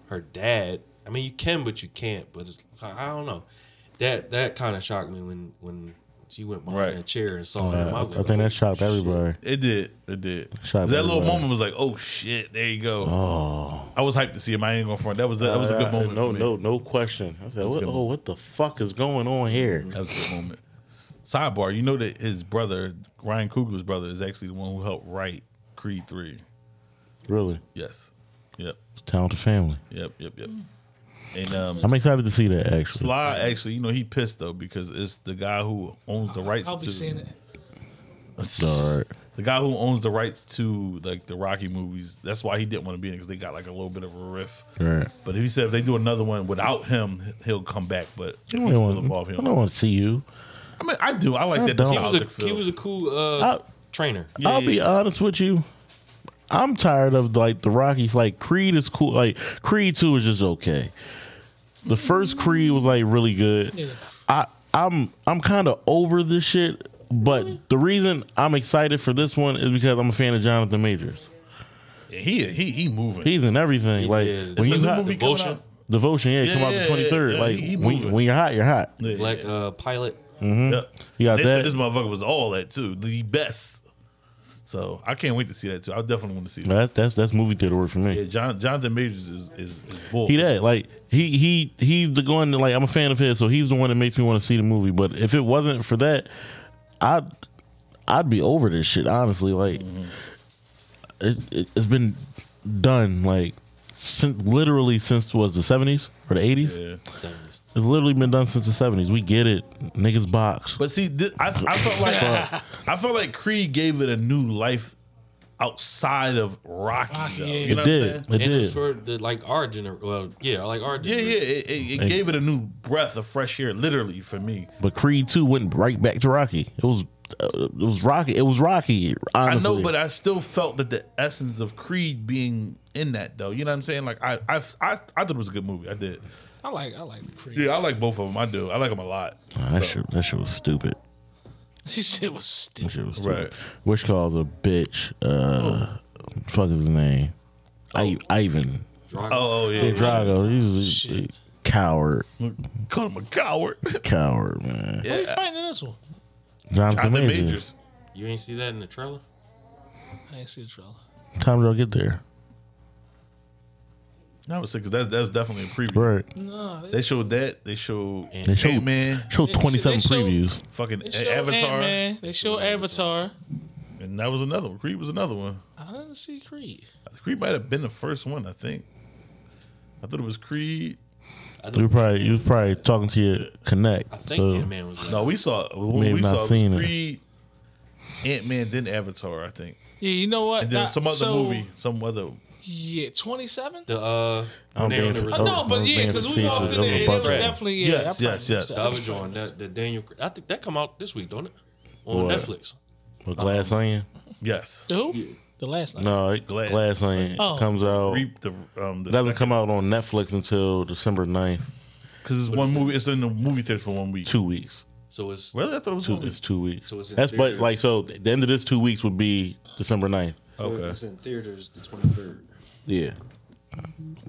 Speaker 5: her dad. I mean, you can, but you can't. But it's it's like, I don't know. That that kind of shocked me when when she went behind
Speaker 3: Right.
Speaker 5: that chair and saw him.
Speaker 4: Uh,
Speaker 5: I,
Speaker 4: I,
Speaker 5: was like,
Speaker 4: think
Speaker 5: oh,
Speaker 4: that shocked
Speaker 5: shit.
Speaker 4: everybody.
Speaker 3: It did. It did.
Speaker 4: Shot
Speaker 3: that little
Speaker 4: everybody.
Speaker 3: moment was like, oh shit, there you go.
Speaker 4: Oh,
Speaker 3: I was hyped to see him. I ain't gonna front. That was a, that was a
Speaker 4: Uh,
Speaker 3: good moment.
Speaker 4: No,
Speaker 3: for me.
Speaker 4: no, no question. I said, what,
Speaker 3: good
Speaker 4: "Oh, what the fuck is going on here?"
Speaker 3: That was a good moment. Sidebar: You know that his brother, Ryan Coogler's brother, is actually the one who helped write Creed Three.
Speaker 5: Mm-hmm.
Speaker 4: Really,
Speaker 3: Yes. Yep.
Speaker 4: it's a talented family.
Speaker 3: Yep. Yep. Yep. And um,
Speaker 4: I'm excited to see that actually.
Speaker 3: Sly actually, you know, he pissed though because it's the guy who owns the rights.
Speaker 6: I'll be
Speaker 3: to,
Speaker 6: seeing it.
Speaker 4: All right.
Speaker 3: The guy who owns the rights to like the Rocky movies. That's why he didn't want to be in it because they got like a little bit of a riff.
Speaker 4: Right.
Speaker 3: But he said if they do another one without him, he'll come back. But if
Speaker 4: I
Speaker 3: he's
Speaker 4: don't,
Speaker 3: still
Speaker 4: want,
Speaker 3: involved,
Speaker 4: I
Speaker 3: he'll.
Speaker 4: don't want to see you.
Speaker 3: I mean, I do. I like
Speaker 4: I
Speaker 3: that.
Speaker 4: don't.
Speaker 5: He was
Speaker 3: nostalgic
Speaker 5: a he
Speaker 3: feel.
Speaker 5: was a cool uh,
Speaker 4: I-
Speaker 5: trainer.
Speaker 4: I'll be honest with you. I'm tired of like the Rockies. Like Creed is cool. Like Creed Two is just okay. The first Creed was like really good.
Speaker 6: Yeah.
Speaker 4: I I'm I'm kind of over this shit. But the reason I'm excited for this one is because I'm a fan of Jonathan Majors.
Speaker 3: he he he moving.
Speaker 4: He's in everything. like
Speaker 5: yeah,
Speaker 4: when
Speaker 5: it's
Speaker 4: you
Speaker 5: like
Speaker 4: hot,
Speaker 5: movie- Devotion.
Speaker 4: Devotion, yeah,
Speaker 3: Yeah,
Speaker 4: come out
Speaker 3: yeah,
Speaker 4: the 23rd.
Speaker 3: yeah, yeah,
Speaker 4: like
Speaker 3: he
Speaker 4: when,
Speaker 3: moving.
Speaker 4: when you're hot, you're hot.
Speaker 3: Yeah,
Speaker 5: Black uh, pilot.
Speaker 3: yeah.
Speaker 4: You got
Speaker 3: they
Speaker 4: Mm-hmm. that.
Speaker 3: said this motherfucker was all that too, the best. So I can't wait to see that too. I definitely want to see that.
Speaker 4: That's that's that's movie theater work for me.
Speaker 3: Yeah, John, Jonathan Majors is is, is bull.
Speaker 4: He that like he he he's the one that like I'm a fan of his, so he's the one that makes me want to see the movie. But if it wasn't for that, I I'd be over this shit honestly. Like,
Speaker 3: Mm-hmm.
Speaker 4: it, it, it's been done like since literally since was the seventies or the eighties.
Speaker 3: Yeah.
Speaker 5: Seventies.
Speaker 4: It's literally been done since the seventies. We get it, niggas box.
Speaker 3: But see, thi- I, I felt like I felt like Creed gave it a new life outside of Rocky.
Speaker 6: Rocky,
Speaker 3: though.
Speaker 6: yeah.
Speaker 3: You
Speaker 4: it
Speaker 3: know
Speaker 4: did.
Speaker 3: What I'm
Speaker 4: It
Speaker 5: And
Speaker 4: did.
Speaker 5: it's for the like our generation. Well, yeah, like our
Speaker 3: saying?
Speaker 5: generation.
Speaker 3: yeah, yeah. It, it, it gave it a new breath of fresh air, literally for me.
Speaker 4: But Creed two went right back to Rocky. It was uh, it was Rocky. It was Rocky. Honestly.
Speaker 3: I know, but I still felt that the essence of Creed being in that though. You know what I'm saying? Like I, I, I, I thought it was a good movie. I did.
Speaker 6: I like I like the Creed.
Speaker 3: Yeah, I like both of them. I do. I like them a lot.
Speaker 4: Nah, that shit that shit was stupid.
Speaker 6: This shit was
Speaker 4: That
Speaker 6: stupid.
Speaker 4: shit was stupid.
Speaker 3: Right.
Speaker 4: Which calls a bitch. Uh, fuck is his name? I, Ivan.
Speaker 5: Drago.
Speaker 3: Oh yeah,
Speaker 4: Hey, Drago. He's a
Speaker 6: Shit.
Speaker 4: coward.
Speaker 3: call him a coward.
Speaker 4: Coward, man.
Speaker 6: Who you fighting in this one?
Speaker 4: Jonathan
Speaker 3: Jonathan
Speaker 4: Majors.
Speaker 3: Majors.
Speaker 5: You ain't see that in the trailer?
Speaker 6: I ain't see the trailer.
Speaker 4: Time did I get there?
Speaker 3: I would say because that's that's definitely a preview.
Speaker 4: Right.
Speaker 6: No, they,
Speaker 3: They showed that. They showed
Speaker 5: They
Speaker 4: showed-
Speaker 3: man,
Speaker 4: Show
Speaker 6: They show-
Speaker 4: twenty seven
Speaker 6: they show-
Speaker 4: previews.
Speaker 3: fucking
Speaker 6: they show
Speaker 3: Avatar,
Speaker 6: Avatar. man They show Avatar.
Speaker 3: and that was another one. Creed was another one.
Speaker 6: I didn't see Creed.
Speaker 3: Creed might have been the first one. I think. I thought it was Creed.
Speaker 5: I
Speaker 4: You
Speaker 5: don't.
Speaker 4: probably you was probably talking to your connect.
Speaker 5: I
Speaker 4: so
Speaker 5: think Ant Man was. Like,
Speaker 3: No, we saw the one
Speaker 4: May have
Speaker 3: we
Speaker 4: not
Speaker 3: saw
Speaker 4: seen it.
Speaker 3: was Creed, Ant Man, then Avatar. I think.
Speaker 6: Yeah, you know what?
Speaker 3: And then
Speaker 6: Nah,
Speaker 3: some other
Speaker 6: so,
Speaker 3: movie, some other.
Speaker 6: Yeah, twenty seven.
Speaker 5: the uh.
Speaker 4: I'm
Speaker 5: when they
Speaker 4: being
Speaker 5: on the
Speaker 4: for-
Speaker 5: resort.
Speaker 6: Oh, no,
Speaker 4: Oh,
Speaker 6: but
Speaker 4: I'm
Speaker 6: yeah,
Speaker 4: being
Speaker 6: because we all
Speaker 4: facetious. It
Speaker 6: did
Speaker 4: was
Speaker 6: it.
Speaker 4: a
Speaker 6: It
Speaker 4: bunch
Speaker 6: was
Speaker 4: of-
Speaker 6: definitely yeah.
Speaker 3: Yes,
Speaker 6: I probably
Speaker 3: yes, yes.
Speaker 6: missed
Speaker 5: The
Speaker 6: that.
Speaker 5: other joint, that the Daniel, I think that come out this week, don't it? On
Speaker 4: What?
Speaker 5: Netflix.
Speaker 4: With Glass Onion.
Speaker 3: Yes.
Speaker 6: The who? The last night.
Speaker 4: No, it,
Speaker 3: Glass.
Speaker 4: Glass. Onion
Speaker 6: Oh.
Speaker 4: comes out. It
Speaker 3: Reap the um the
Speaker 4: doesn't come out on Netflix until December 9th.
Speaker 3: because it's one movie. It's in the movie theater for one week.
Speaker 4: Two weeks.
Speaker 5: So it's
Speaker 3: Really, I thought it was
Speaker 4: Two,
Speaker 3: one
Speaker 4: it's two weeks.
Speaker 5: So it's in
Speaker 4: That's but
Speaker 5: theaters.
Speaker 4: like so. The end of this two weeks would be December 9th.
Speaker 3: Okay.
Speaker 7: It's in theaters the 23rd.
Speaker 4: Yeah.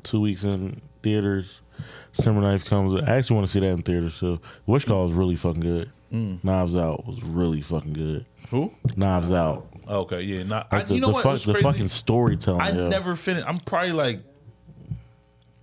Speaker 4: Two weeks in theaters. December 9th comes. I actually want to see that in theaters. So Wish Call is really fucking good.
Speaker 3: Mm.
Speaker 4: Knives Out was really fucking good.
Speaker 3: Who? Oh,
Speaker 4: Knives Out.
Speaker 3: Okay, yeah. Not. I,
Speaker 4: Like the,
Speaker 3: you know
Speaker 4: the,
Speaker 3: what?
Speaker 4: fuck-
Speaker 3: It's
Speaker 4: the
Speaker 3: crazy.
Speaker 4: fucking storytelling.
Speaker 3: I
Speaker 4: yo.
Speaker 3: never finished. I'm probably like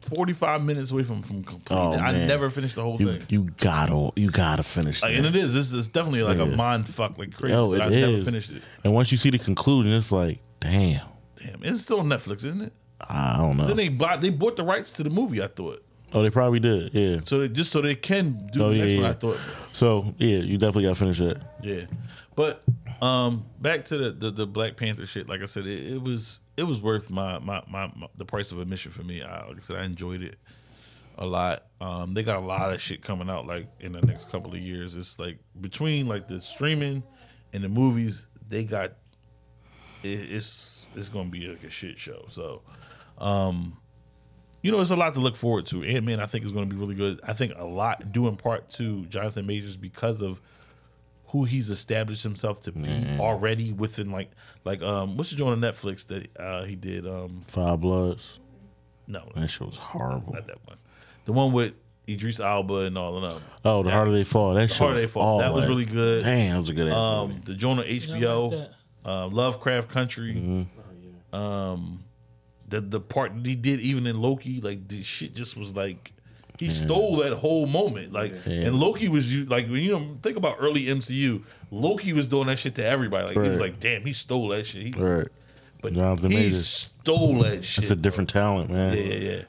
Speaker 3: forty five minutes away from from completing.
Speaker 4: Oh,
Speaker 3: it. I
Speaker 4: man.
Speaker 3: never finished the whole
Speaker 4: You,
Speaker 3: thing.
Speaker 4: you gotta you gotta finish.
Speaker 3: Like,
Speaker 4: that.
Speaker 3: and it is. This is definitely like a
Speaker 4: Yeah.
Speaker 3: mind fuck, like crazy.
Speaker 4: Oh,
Speaker 3: but
Speaker 4: it
Speaker 3: I
Speaker 4: is.
Speaker 3: never finished it.
Speaker 4: And once you see the conclusion, it's like, damn,
Speaker 3: Damn, it's still on Netflix, isn't it?
Speaker 4: I don't know.
Speaker 3: Then they bought they bought the rights to the movie. I thought
Speaker 4: oh, they probably did. Yeah.
Speaker 3: so. They, just so they can do
Speaker 4: Oh,
Speaker 3: the next
Speaker 4: yeah,
Speaker 3: one.
Speaker 4: yeah.
Speaker 3: I thought.
Speaker 4: So yeah, you definitely gotta finish that.
Speaker 3: Yeah, but um, back to the, the the Black Panther shit. Like I said, it, it was it was worth my, my my my- the price of admission for me. I, like I said, I enjoyed it a lot. Um, they got a lot of shit coming out like in the next couple of years. It's like between like the streaming and the movies, they got it, it's it's gonna be like a shit show. So, um, you know, it's a lot to look forward to. Ant Man, I think, is gonna be really good. I think a lot due in part to Jonathan Majors because of who he's established himself to be already within like like um what's the joint on Netflix that uh he did um
Speaker 4: Five Bloods.
Speaker 3: no
Speaker 4: That shit was horrible.
Speaker 3: not that one the one with Idris Alba and all of them
Speaker 4: Oh, the harder they fall. That shit.
Speaker 3: Harder They
Speaker 4: was
Speaker 3: Fall.
Speaker 4: all
Speaker 3: That was
Speaker 4: like-
Speaker 3: really good.
Speaker 4: Damn, that was a good. Um,
Speaker 3: um the joint on HBO
Speaker 6: like
Speaker 3: uh, Lovecraft Country
Speaker 4: Mm-hmm. Oh,
Speaker 3: um the the part that he did even in Loki like the shit just was like he stole that whole moment like
Speaker 4: Yeah.
Speaker 3: and Loki was you like when you know, think about early MCU Loki was doing that shit to everybody like he was
Speaker 4: Right.
Speaker 3: like damn he stole that shit he
Speaker 4: right.
Speaker 3: But
Speaker 4: Jonathan
Speaker 3: he
Speaker 4: Majors.
Speaker 3: stole that shit.
Speaker 4: It's a different talent, man.
Speaker 3: Yeah, yeah, yeah.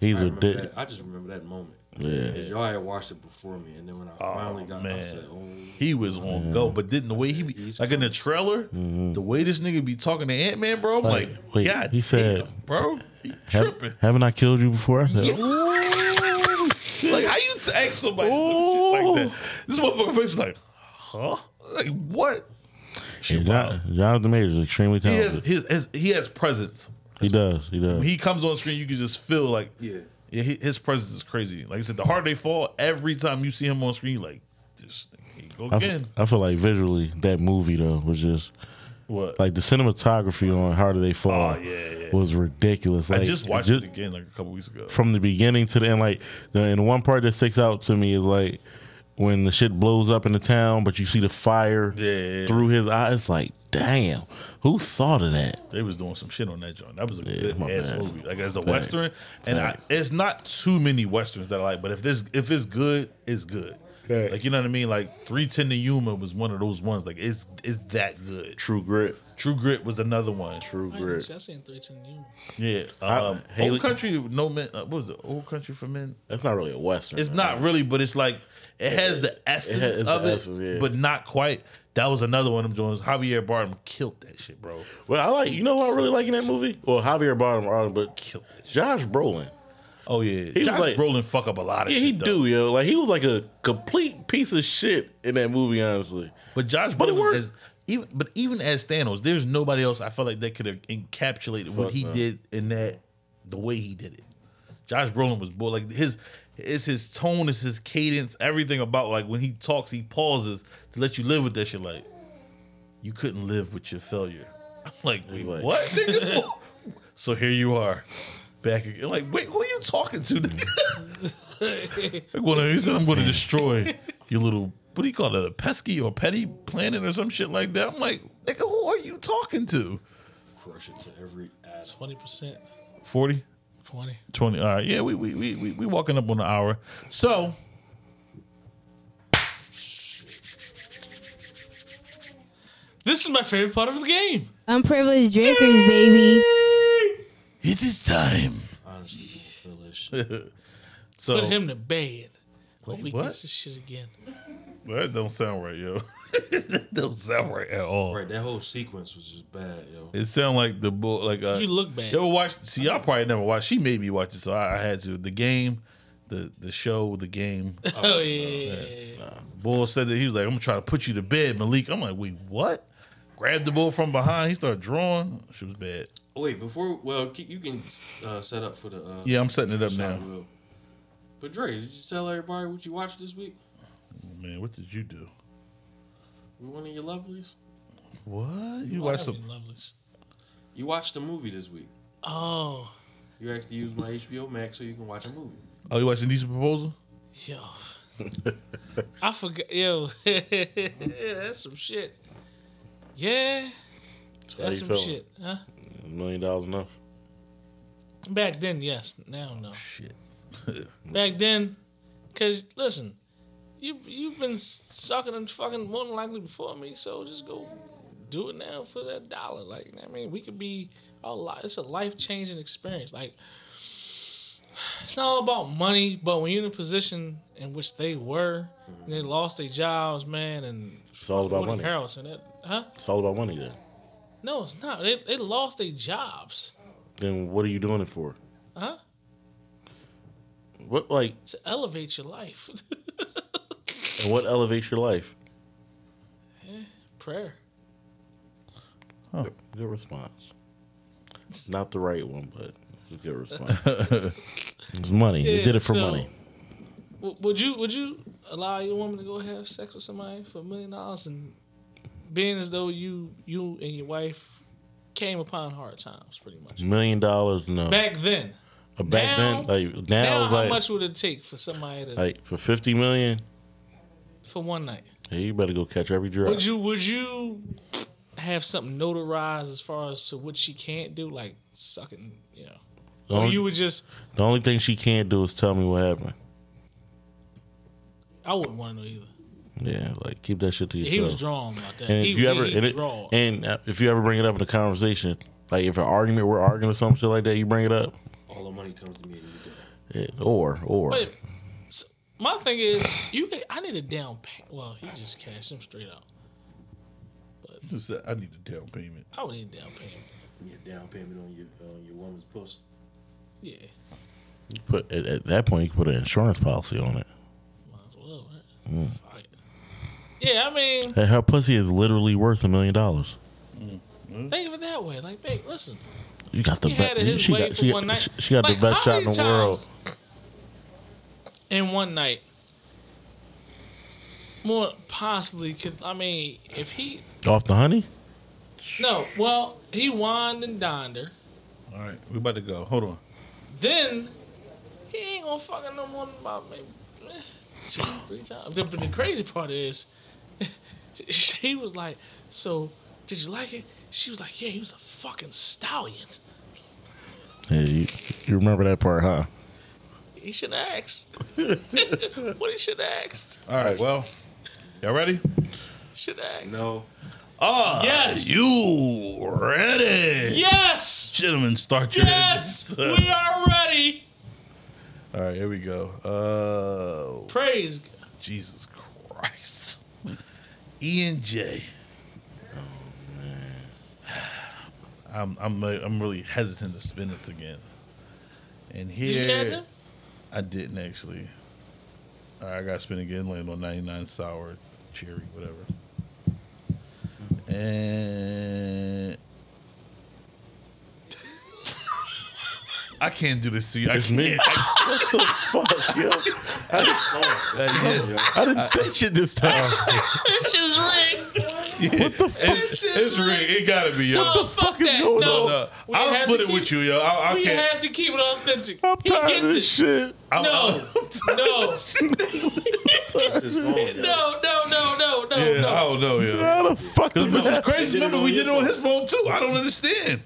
Speaker 4: He's
Speaker 5: I,
Speaker 4: a
Speaker 5: remember
Speaker 4: dick.
Speaker 5: that, I just remember that moment.
Speaker 4: Yeah. Oh,
Speaker 5: 'Cause y'all had watched it before me, and then when I finally got, I
Speaker 3: man.
Speaker 5: said, "Oh,
Speaker 3: He was on go, but didn't the way he be
Speaker 5: He's
Speaker 3: like in the trailer, the way this nigga be talking to Ant Man, bro. I'm like,
Speaker 4: Mm-hmm. Like, wait,
Speaker 3: God,
Speaker 4: he
Speaker 3: he
Speaker 4: said-
Speaker 3: said, bro, he
Speaker 4: Have,
Speaker 3: tripping.
Speaker 4: haven't I killed you before? I said, "Oh,
Speaker 3: like, how you text somebody some shit like that? This motherfucker face was like, huh? Like what?
Speaker 4: Yeah, Jon- Jonathan Majors is extremely
Speaker 3: He has
Speaker 4: talented.
Speaker 3: his, his he has presence.
Speaker 4: He does. He does.
Speaker 3: When he comes on screen, you can just feel like
Speaker 7: Yeah.
Speaker 3: yeah, hi- his presence is crazy. Like I said, the harder they fall, every time you see him on screen, you like this nigga, here you go
Speaker 4: I f-
Speaker 3: again.
Speaker 4: I feel like visually that movie though was just
Speaker 3: What?
Speaker 4: like the cinematography on How Do They Fall
Speaker 3: Oh, yeah, yeah.
Speaker 4: was ridiculous. Like
Speaker 3: I just watched
Speaker 4: ju-
Speaker 3: it again like a couple weeks ago.
Speaker 4: from the beginning to the end. Like the and one part that sticks out to me is like when the shit blows up in the town, but you see the fire
Speaker 3: Yeah.
Speaker 4: through his eyes. Like damn, who thought of that?
Speaker 3: They was doing some shit on that joint. That was a good
Speaker 4: my
Speaker 3: ass
Speaker 4: bad.
Speaker 3: movie. Like as a
Speaker 4: Thanks.
Speaker 3: western, and I,
Speaker 4: Thanks.
Speaker 3: it's not too many westerns that I like. But if this if it's good, it's good.
Speaker 4: Right.
Speaker 3: Like you know what I mean? Like three ten to Yuma was one of those ones. Like it's it's that good.
Speaker 4: True grit.
Speaker 3: True Grit was another one.
Speaker 4: True
Speaker 6: I ain't
Speaker 4: grit.
Speaker 6: seen three ten you.
Speaker 3: Yeah.
Speaker 4: I-
Speaker 3: Um,
Speaker 4: Haley-
Speaker 3: old country, no men. Uh, what was it? Old country for men.
Speaker 4: That's not really a western.
Speaker 3: It's
Speaker 4: man.
Speaker 3: not really, but it's like it has the essence
Speaker 4: Uh-huh. has- it's
Speaker 3: of
Speaker 4: the
Speaker 3: it,
Speaker 4: essence, yeah.
Speaker 3: but not quite. That was another one of them joints. Javier Bardem killed that shit, bro.
Speaker 4: But I like. You know what I really like in that movie? Well, Javier Bardem, Bardem but
Speaker 3: Killed that shit.
Speaker 4: Josh Brolin.
Speaker 3: Oh yeah,
Speaker 4: was
Speaker 3: Josh
Speaker 4: like-
Speaker 3: Brolin fuck up a lot of
Speaker 4: Yeah,
Speaker 3: shit.
Speaker 4: he
Speaker 3: though.
Speaker 4: do, yo. Like he was like a complete piece of shit in that movie, honestly.
Speaker 3: But Josh
Speaker 4: But it
Speaker 3: Brolin,
Speaker 4: worked.
Speaker 3: as, even but even as Thanos, there's nobody else I felt like that could have encapsulated what
Speaker 4: Fuck
Speaker 3: he
Speaker 4: no.
Speaker 3: did in that the way he did it. Josh Brolin was bull like his it's his tone, it's his cadence, everything about like when he talks, he pauses to let you live with that shit. Like you couldn't live with your failure. I'm like, wait,
Speaker 4: Like-
Speaker 3: what? nigga? so here you are. Back again. Like, wait, who are you talking to? nigga? Like, well, he said, I'm going to destroy your little, what do you call it, a pesky or petty planet or some shit like that. I'm like, nigga, who are you talking to?
Speaker 5: "Oh, Crush it to every atom.
Speaker 6: Twenty percent.
Speaker 3: 40?
Speaker 6: Twenty.
Speaker 3: 20. All right. Yeah, we, we, we, we, we walking up on the hour. So,
Speaker 6: This is my favorite part of the game.
Speaker 2: Unprivileged drinkers, baby.
Speaker 3: it is time.
Speaker 5: Honestly, I don't feel that shit.
Speaker 3: So,
Speaker 6: Put him to bed. Hope he
Speaker 3: what?
Speaker 6: gets this shit again.
Speaker 3: Well, that don't sound right, yo. that don't sound right at all.
Speaker 5: Right, that whole sequence was just bad, yo.
Speaker 3: It sound like the bull, like uh,
Speaker 6: You look bad.
Speaker 3: You ever watched? See, y'all probably never watched. She made me watch it, so I, I had to. The game, the the show, the game.
Speaker 6: Oh, yeah, yeah, yeah.
Speaker 3: Bull said that he was like, I'm gonna try to put you to bed, Malik. I'm like, wait, what? Grabbed the bull from behind. He started drawing. She was bad.
Speaker 5: Oh, wait, before, well, ke- you can uh, set up for the. Uh,
Speaker 3: Yeah, I'm setting it up
Speaker 5: shot,
Speaker 3: now.
Speaker 5: Will. But Dre, did you tell everybody what you watched this week?
Speaker 3: Man, what did you do?
Speaker 5: We one of your lovelies.
Speaker 3: What you watched
Speaker 6: That'd be
Speaker 3: some?
Speaker 6: loveless.
Speaker 5: You watched a movie this week.
Speaker 6: Oh,
Speaker 5: You actually used my HBO Max so you can watch a movie.
Speaker 3: Oh, you watched Indecent Proposal?
Speaker 6: yo. I forgot. Yo, that's some shit. Yeah,
Speaker 4: how
Speaker 6: that's
Speaker 4: you
Speaker 6: some
Speaker 4: feeling?
Speaker 6: shit. Huh?
Speaker 4: A million dollars enough.
Speaker 6: Back then, yes.
Speaker 4: Oh,
Speaker 6: Now, no.
Speaker 3: Shit.
Speaker 6: Back then, because listen, you you've been sucking and fucking more than likely before me, so just go do it now for that dollar. Like I mean, we could be a lot. It's a life changing experience. Like it's not all about money, but when you're in a position in which they were, and they lost their jobs, man, and
Speaker 4: It's all about
Speaker 6: Woody
Speaker 4: money.
Speaker 6: Harrelson, that, huh?
Speaker 4: It's all about money then.
Speaker 6: No, it's not. They they lost their jobs
Speaker 4: Then what are you doing it for?
Speaker 6: Huh?
Speaker 4: What like
Speaker 6: to elevate your life.
Speaker 4: and what elevates your life?
Speaker 6: Prayer.
Speaker 4: Good- Good response. Not the right one, but it's a good response. it's money. they
Speaker 6: Yeah,
Speaker 4: did it for
Speaker 6: so-
Speaker 4: money.
Speaker 6: W- Would you would you allow your woman to go have sex with somebody for a million dollars and being as though you you and your wife came upon hard times pretty much
Speaker 4: Million dollars, no.
Speaker 6: back then?
Speaker 4: Uh, back
Speaker 6: now-
Speaker 4: then, like now,
Speaker 6: Now,
Speaker 4: it's
Speaker 6: how
Speaker 4: like
Speaker 6: much would it take for somebody to
Speaker 4: like for fifty million,
Speaker 6: for one night?
Speaker 4: hey, you better go catch every drop.
Speaker 6: Would you would you have something notarized as far as to what she can't do, like sucking, you know?
Speaker 4: the,
Speaker 6: Or
Speaker 4: only,
Speaker 6: you would just
Speaker 4: the only thing she can't do is tell me what happened.
Speaker 6: I wouldn't want to know either.
Speaker 4: Yeah, like keep that shit to yourself.
Speaker 6: He was drawn about that.
Speaker 4: And
Speaker 6: he,
Speaker 4: if you ever
Speaker 6: he
Speaker 4: and, it-
Speaker 6: drawn.
Speaker 4: and, uh, if you ever bring it up in a conversation, like if an argument we're arguing or some shit like that, you bring it up.
Speaker 5: All the money comes to me and you go.
Speaker 4: Yeah, or or
Speaker 6: But s- my thing is, you can- I need a down payment. Well, he just cashed him straight out.
Speaker 3: Just that I need a down payment.
Speaker 6: I would need a down payment.
Speaker 5: Your down payment on your on your woman's pussy.
Speaker 6: Yeah,
Speaker 4: you put at, at that point you can put an insurance policy on it.
Speaker 6: might as well. Right? Fuck it. Yeah, I mean,
Speaker 4: Hey, her pussy is literally worth a million dollars.
Speaker 6: think of it that way. Like, babe, listen,
Speaker 4: You got the
Speaker 6: he had
Speaker 4: best.
Speaker 6: it his
Speaker 4: She
Speaker 6: way
Speaker 4: got,
Speaker 6: for
Speaker 4: she,
Speaker 6: one
Speaker 4: got,
Speaker 6: night.
Speaker 4: she- she got
Speaker 6: Like,
Speaker 4: the best
Speaker 6: how
Speaker 4: shot in
Speaker 6: many
Speaker 4: the world.
Speaker 6: times In one night, more possibly could. I mean, if he
Speaker 4: Off the honey.
Speaker 6: no, well, he whined and dined her.
Speaker 3: All right, we about to go. Hold on.
Speaker 6: then he ain't gonna fucking no more than about maybe eh, two, three times. But the crazy part is, she was like, "So did you like it?" She was like, "Yeah, he was a fucking stallion."
Speaker 4: Hey, you, you remember that part, huh?
Speaker 6: He should have asked. what he should have asked.
Speaker 3: All right, well, y'all ready?
Speaker 6: Should have asked.
Speaker 5: No.
Speaker 3: Ah,
Speaker 6: Yes.
Speaker 3: You ready?
Speaker 6: Yes.
Speaker 3: Gentlemen, start your
Speaker 6: Yes. we are ready.
Speaker 3: All right, here we go. Oh,
Speaker 6: Praise. God.
Speaker 3: Jesus Christ. E and J. Oh, I'm I'm like, I'm really hesitant to spin this again. And
Speaker 6: Did you add
Speaker 3: here
Speaker 6: them?
Speaker 3: I didn't actually. All right, I got to spin again. Land on 99 sour, cherry, whatever. And I can't do this to you. I can't.
Speaker 4: Fuck, yo. I
Speaker 3: Uh,
Speaker 4: didn't say shit this time.
Speaker 6: This shit's rigged.
Speaker 3: What the fuck?
Speaker 6: This shit's
Speaker 3: It's rigged. It gotta be yo.
Speaker 6: No, fuck that.
Speaker 4: going
Speaker 6: no.
Speaker 3: No,
Speaker 6: We
Speaker 3: I'll
Speaker 6: have
Speaker 3: split
Speaker 6: to
Speaker 3: it
Speaker 6: keep-
Speaker 3: with you, yo. I, I
Speaker 6: We
Speaker 3: can't.
Speaker 6: have to keep it authentic.
Speaker 4: I'm
Speaker 6: he
Speaker 4: tired
Speaker 6: gets
Speaker 4: of
Speaker 6: it.
Speaker 4: this shit.
Speaker 3: I'm,
Speaker 6: No. No.
Speaker 5: This is wrong.
Speaker 6: No, no, no, no, no,
Speaker 3: I'm, yeah, I don't
Speaker 6: no.
Speaker 3: know, yo.
Speaker 4: How the fuck
Speaker 3: Because
Speaker 4: is
Speaker 3: remember, it's
Speaker 4: that?
Speaker 3: crazy.
Speaker 5: did it
Speaker 3: Remember,
Speaker 5: on
Speaker 3: we
Speaker 5: your
Speaker 3: did it on his phone too. I don't understand.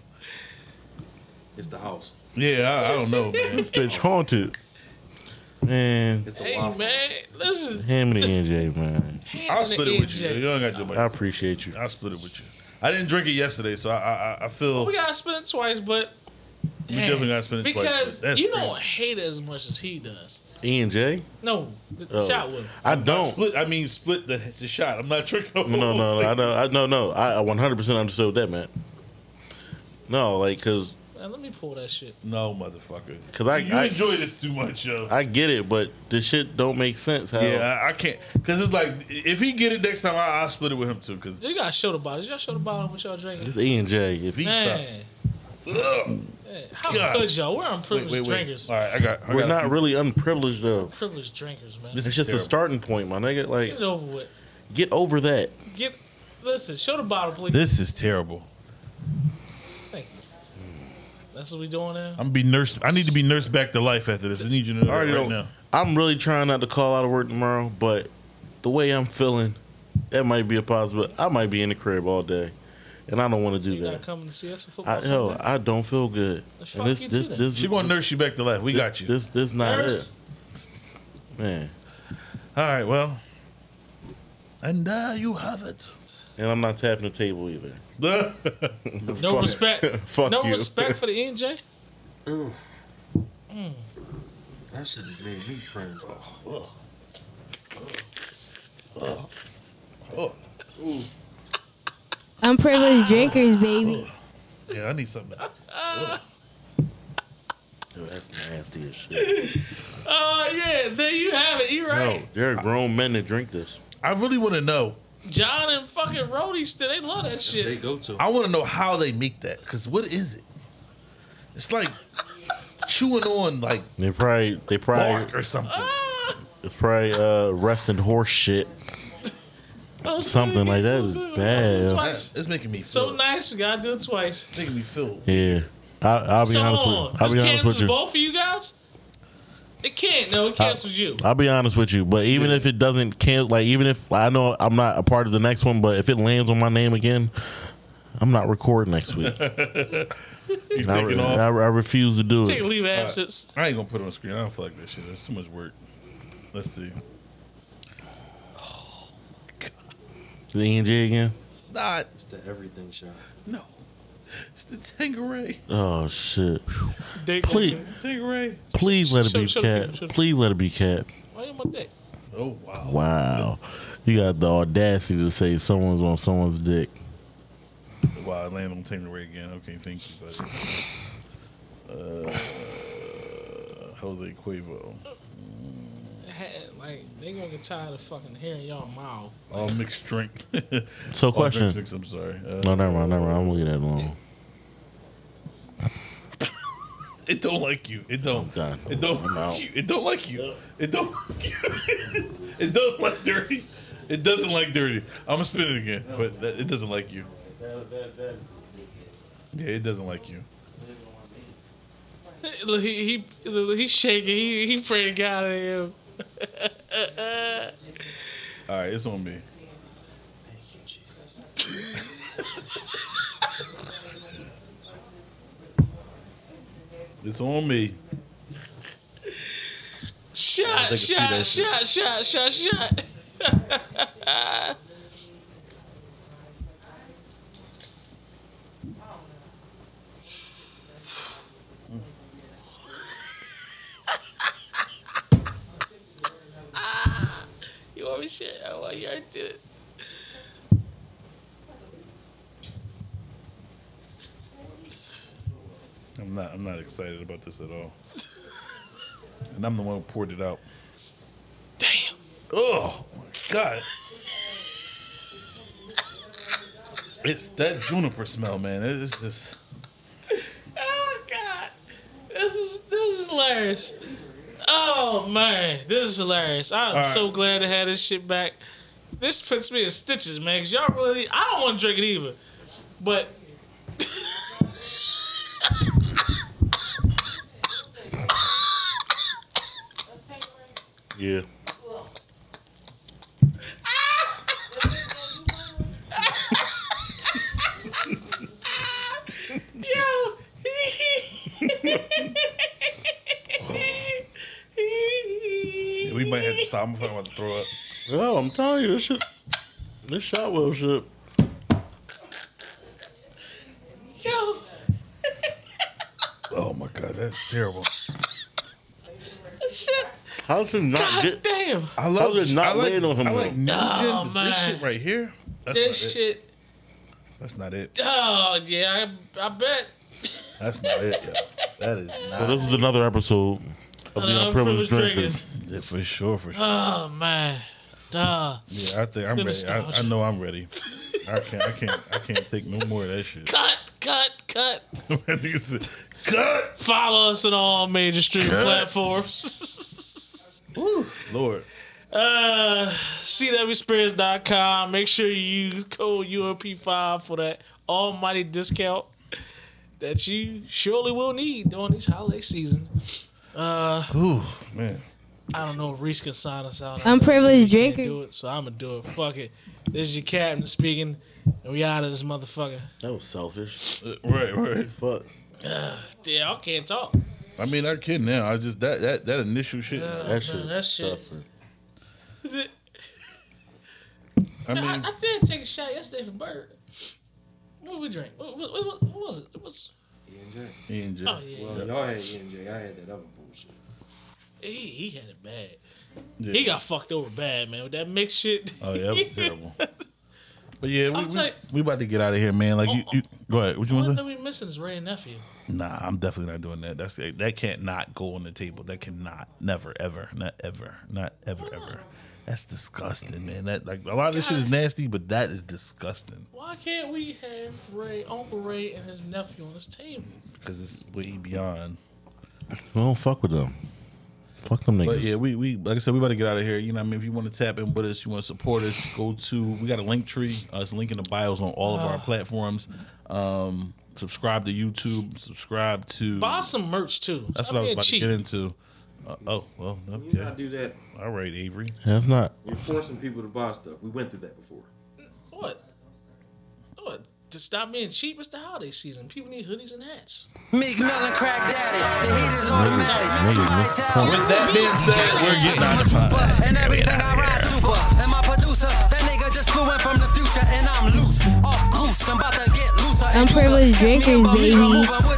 Speaker 5: It's the house.
Speaker 3: Yeah, I, I don't know, man.
Speaker 4: Bitch haunted. Man,
Speaker 5: It's the
Speaker 6: Hey,
Speaker 5: waffle.
Speaker 6: man. Listen.
Speaker 4: hand me the NJ, man.
Speaker 3: I'll split it with you. yo. You
Speaker 6: EJ.
Speaker 3: don't got to do
Speaker 4: I
Speaker 3: much.
Speaker 4: appreciate you.
Speaker 3: I'll split it with you. I didn't drink it yesterday, so I I, I- I feel
Speaker 6: We gotta spin it twice, but
Speaker 3: we definitely got to spend it twice,
Speaker 6: because
Speaker 3: but that's
Speaker 6: you
Speaker 3: crazy.
Speaker 6: don't hate it as much as he does.
Speaker 4: NJ?
Speaker 6: No, the
Speaker 5: Oh.
Speaker 6: shot with him.
Speaker 4: I don't.
Speaker 3: Split, I mean, split the, the shot. I'm not drinking.
Speaker 4: No, no, no, I know, I no, no. I I 100% understood what that meant. No, like, cause,
Speaker 6: Man, let me pull that shit.
Speaker 3: no, motherfucker.
Speaker 4: 'Cause I-
Speaker 3: you
Speaker 4: I-
Speaker 3: enjoy this too much, yo.
Speaker 4: I get it, but this shit don't make sense. How?
Speaker 3: yeah, I, I can't. Cause it's like if he get it next time, I, I'll split it with him too. Cause
Speaker 6: You gotta show the bottle. Did y'all show the bottle what y'all drinking?
Speaker 4: It's E and J. If he,
Speaker 6: Man,
Speaker 3: ugh.
Speaker 6: man, how
Speaker 3: God.
Speaker 6: could y'all? We're unprivileged drinkers.
Speaker 3: All right, I got. I
Speaker 4: we're
Speaker 3: got a
Speaker 4: not
Speaker 3: few-
Speaker 4: really unprivileged though.
Speaker 6: Privileged drinkers, man.
Speaker 3: This is
Speaker 4: It's just a
Speaker 3: terrible.
Speaker 4: starting point, my nigga. Like,
Speaker 6: Get it over with.
Speaker 4: get over that.
Speaker 6: Get listen. Show the bottle, please.
Speaker 3: This is terrible.
Speaker 6: Thank you. That's what we doing now.
Speaker 3: I'm gonna be nursed. I need to be nursed back to life after this. I need you to know
Speaker 4: I
Speaker 3: that
Speaker 4: already
Speaker 3: right
Speaker 4: don't.
Speaker 3: now.
Speaker 4: I'm really trying not to call out of work tomorrow, but the way I'm feeling, that might be a possible. I might be in the crib all day, and I don't want to do
Speaker 6: you not
Speaker 4: that.
Speaker 6: coming to see us for football.
Speaker 4: I, yo,
Speaker 6: Sunday?
Speaker 4: I don't feel good.
Speaker 6: Let's
Speaker 4: And
Speaker 6: fuck
Speaker 4: this,
Speaker 6: you
Speaker 4: this,
Speaker 6: too,
Speaker 4: this,
Speaker 3: She gonna nurse you back to life. We got you.
Speaker 4: This, this not
Speaker 6: Nurse.
Speaker 4: it, man.
Speaker 3: All right. Well, and there you have it.
Speaker 4: And I'm not tapping the table either.
Speaker 6: no
Speaker 4: fuck-
Speaker 6: respect.
Speaker 4: fuck
Speaker 6: no
Speaker 4: you.
Speaker 6: respect for the NJ.
Speaker 5: Ew. That shit just made me cringe.
Speaker 2: Unprivileged drinkers, baby.
Speaker 3: yeah, I need something.
Speaker 4: Yo, that's nasty as shit.
Speaker 6: Oh yeah, there you have it. You right.
Speaker 4: No, there are grown men that drink this.
Speaker 3: I really want to know.
Speaker 6: John and fucking Rhodey still they love that
Speaker 5: They
Speaker 6: shit.
Speaker 5: go to.
Speaker 3: I want to know how they make that. Cause what is it? It's like chewing on like
Speaker 4: They probably, they
Speaker 3: bark
Speaker 4: probably,
Speaker 3: or something.
Speaker 4: it's probably uh, resting horse shit.
Speaker 6: Oh,
Speaker 4: Something like that is
Speaker 6: so-
Speaker 4: bad.
Speaker 6: Twice.
Speaker 3: It's making me feel,
Speaker 6: So nice, we gotta do it twice.
Speaker 3: making me feel.
Speaker 4: Yeah, I, I'll be
Speaker 6: so
Speaker 4: honest
Speaker 6: on.
Speaker 4: with you. I'll
Speaker 6: this
Speaker 4: be honest
Speaker 6: cancels
Speaker 4: with you.
Speaker 6: both of you guys. It can't. No, it cancels you.
Speaker 4: I'll be honest with you, but even if it doesn't cancel, like even if I know I'm not a part of the next one, but if it lands on my name again, I'm not recording next week. I,
Speaker 3: You
Speaker 4: I,
Speaker 3: taking off?
Speaker 4: I refuse to do
Speaker 6: Take a
Speaker 4: it.
Speaker 6: leave of absence.
Speaker 3: I ain't gonna put it on screen. I don't feel like that shit. That's too much work. Let's see.
Speaker 4: The ENJ again.
Speaker 3: Not
Speaker 5: It's the everything shot.
Speaker 3: no. It's the Tangeray.
Speaker 4: Oh shit!
Speaker 6: Dick.
Speaker 4: Please,
Speaker 3: Tangeray.
Speaker 4: please let it be
Speaker 6: Shut- shut up,
Speaker 4: cat.
Speaker 6: shut up.
Speaker 4: Please let it be cat.
Speaker 6: Why you my dick?
Speaker 3: Oh wow.
Speaker 4: Wow, you got the audacity to say someone's on someone's dick.
Speaker 3: Wow, I land on Tangeray again. Okay, thank you, buddy. Uh, Jose Cuevo.
Speaker 6: Ha- Like they gonna get tired of fucking hearing y'all mouth.
Speaker 3: All mixed drink.
Speaker 8: Oh,
Speaker 4: So
Speaker 3: All mixed
Speaker 4: question.
Speaker 3: drinks, I'm sorry. Uh,
Speaker 4: No, never mind, never mind. I'm leaving that alone.
Speaker 3: It don't like you. It don't.
Speaker 4: done.
Speaker 3: It don't.
Speaker 4: I'm out.
Speaker 3: Like you. It don't like you. It don't. it doesn't like dirty. It doesn't like dirty. I'm gonna spin it again, but that, it doesn't like you. Yeah, it doesn't like you.
Speaker 6: Look, he he look, he shaking. He he praying God at him.
Speaker 3: All right, it's on me.
Speaker 5: Thank you, Jesus.
Speaker 3: It's on me.
Speaker 6: shot,
Speaker 5: think I
Speaker 6: shot,
Speaker 5: see
Speaker 6: shot, shot, shot, shot. Ah, You want me shit? Oh, well, you already did it.
Speaker 3: I'm not. I'm not excited about this at all. and I'm the one who poured it out.
Speaker 6: Damn.
Speaker 3: Oh my god! It's that juniper smell, man. It is just.
Speaker 6: Oh God, this is this is hilarious. Oh man, this is hilarious. I'm
Speaker 3: right.
Speaker 6: so glad to have this shit back. This puts me in stitches, man. Cause y'all really, I don't want to drink it either, but.
Speaker 8: Yeah.
Speaker 6: Yo.
Speaker 3: We might have to stop. I'm probably about to throw up.
Speaker 8: No, I'm telling you, this shit, this shot well shit.
Speaker 6: Yo.
Speaker 3: Oh my god, that's terrible.
Speaker 6: Shit.
Speaker 8: How did you not
Speaker 6: God
Speaker 8: get?
Speaker 6: damn.
Speaker 3: I love
Speaker 8: How's it not
Speaker 3: I like,
Speaker 8: laid on him,
Speaker 3: I like
Speaker 8: though?
Speaker 3: new
Speaker 6: Oh,
Speaker 3: gin, but This
Speaker 6: man.
Speaker 3: shit right here. That's
Speaker 6: This
Speaker 3: not It.
Speaker 6: shit.
Speaker 3: That's not it.
Speaker 6: Oh yeah, I, I bet.
Speaker 3: That's not it. Yo. That is not
Speaker 4: This is another episode of the
Speaker 8: Uh,
Speaker 4: Unprivileged Drinkers.
Speaker 3: it for sure. For sure.
Speaker 6: Oh man. Duh.
Speaker 3: Yeah, I think I'm
Speaker 6: The
Speaker 3: ready. I, I
Speaker 6: nostalgia.
Speaker 3: know I'm ready. I can't. I can't. I can't take no more of that shit.
Speaker 6: Cut, cut, cut.
Speaker 3: Nigga said, Cut,
Speaker 6: Follow us on all major streaming platforms.
Speaker 3: Lord.
Speaker 6: uh, CWSpirits.com. Make sure you use code UMP5 for that almighty discount that you surely will need during these holiday seasons. Uh,
Speaker 3: Ooh, man.
Speaker 6: I don't know if Reese can sign us out.
Speaker 2: I'm privileged
Speaker 6: He can't
Speaker 2: drinker.
Speaker 6: do it, so I'm gonna do it. Fuck it. This is your captain speaking, and we out of this motherfucker.
Speaker 8: That was selfish.
Speaker 3: Uh, Right, right.
Speaker 8: Fuck.
Speaker 6: Yeah, I can't talk.
Speaker 3: I mean, I kid now. I just that that that initial shit.
Speaker 8: That shit.
Speaker 6: that shit.
Speaker 8: suffering.
Speaker 3: I
Speaker 6: I,
Speaker 3: mean,
Speaker 6: I did take a shot yesterday for Bird. What did we drink? What, what, what, what was it? It was.
Speaker 7: ENJ.
Speaker 3: E and J.
Speaker 6: Oh yeah,
Speaker 7: Well, y'all had ENJ. I had that other bullshit.
Speaker 6: he, he had it bad.
Speaker 3: Yeah.
Speaker 6: He got fucked over bad, man. With that mixed shit.
Speaker 3: Oh yeah, that was terrible. But yeah, we,
Speaker 6: I'll
Speaker 3: we,
Speaker 6: take-
Speaker 3: we about to get out of here, man. Like you,
Speaker 6: Oh,
Speaker 3: you go ahead. What you
Speaker 6: One
Speaker 3: want to
Speaker 6: thing we missing is Ray and nephew.
Speaker 3: say? Nah, I'm definitely not doing that. That's that can't not go on the table. That cannot, never, ever, not ever, not ever, ever. That's disgusting, man. That like a lot of this shit is nasty, but that is disgusting
Speaker 6: Why can't we have Ray, Uncle Ray, and his nephew on this table?
Speaker 3: because it's way beyond.
Speaker 4: We don't fuck with them. Fuck them
Speaker 3: But
Speaker 4: niggas.
Speaker 3: yeah, we, we like I said, we about to get out of here. You know, what I mean, if you want to tap in with us, you want to support us, go to we got a link tree. Uh, it's link in the bios on all of our platforms. Um, subscribe to YouTube. Subscribe to.
Speaker 6: Buy some merch too.
Speaker 3: Mm. That's
Speaker 6: Stop
Speaker 3: what I was
Speaker 6: being
Speaker 3: about
Speaker 6: cheap.
Speaker 3: to get into. Uh, oh well,
Speaker 7: You
Speaker 3: okay.
Speaker 7: gotta do that.
Speaker 3: All right, Avery.
Speaker 4: That's not.
Speaker 7: You're forcing people to buy stuff. We went through that before.
Speaker 6: What? What? To stop being cheap, it's the holiday season. People need hoodies and hats.
Speaker 1: Meek Mill and Crack Daddy. The heat is automatic. Somebody tell With
Speaker 3: that being said, we're getting out of here.
Speaker 1: And everything I ride super. And my producer, that nigga just flew in from the future. And I'm loose, off goose. I'm about to get looser.
Speaker 2: I'm
Speaker 1: and you can
Speaker 2: privileged
Speaker 1: catch me
Speaker 2: drinkers,
Speaker 1: in Bermuda
Speaker 2: baby.
Speaker 1: moving with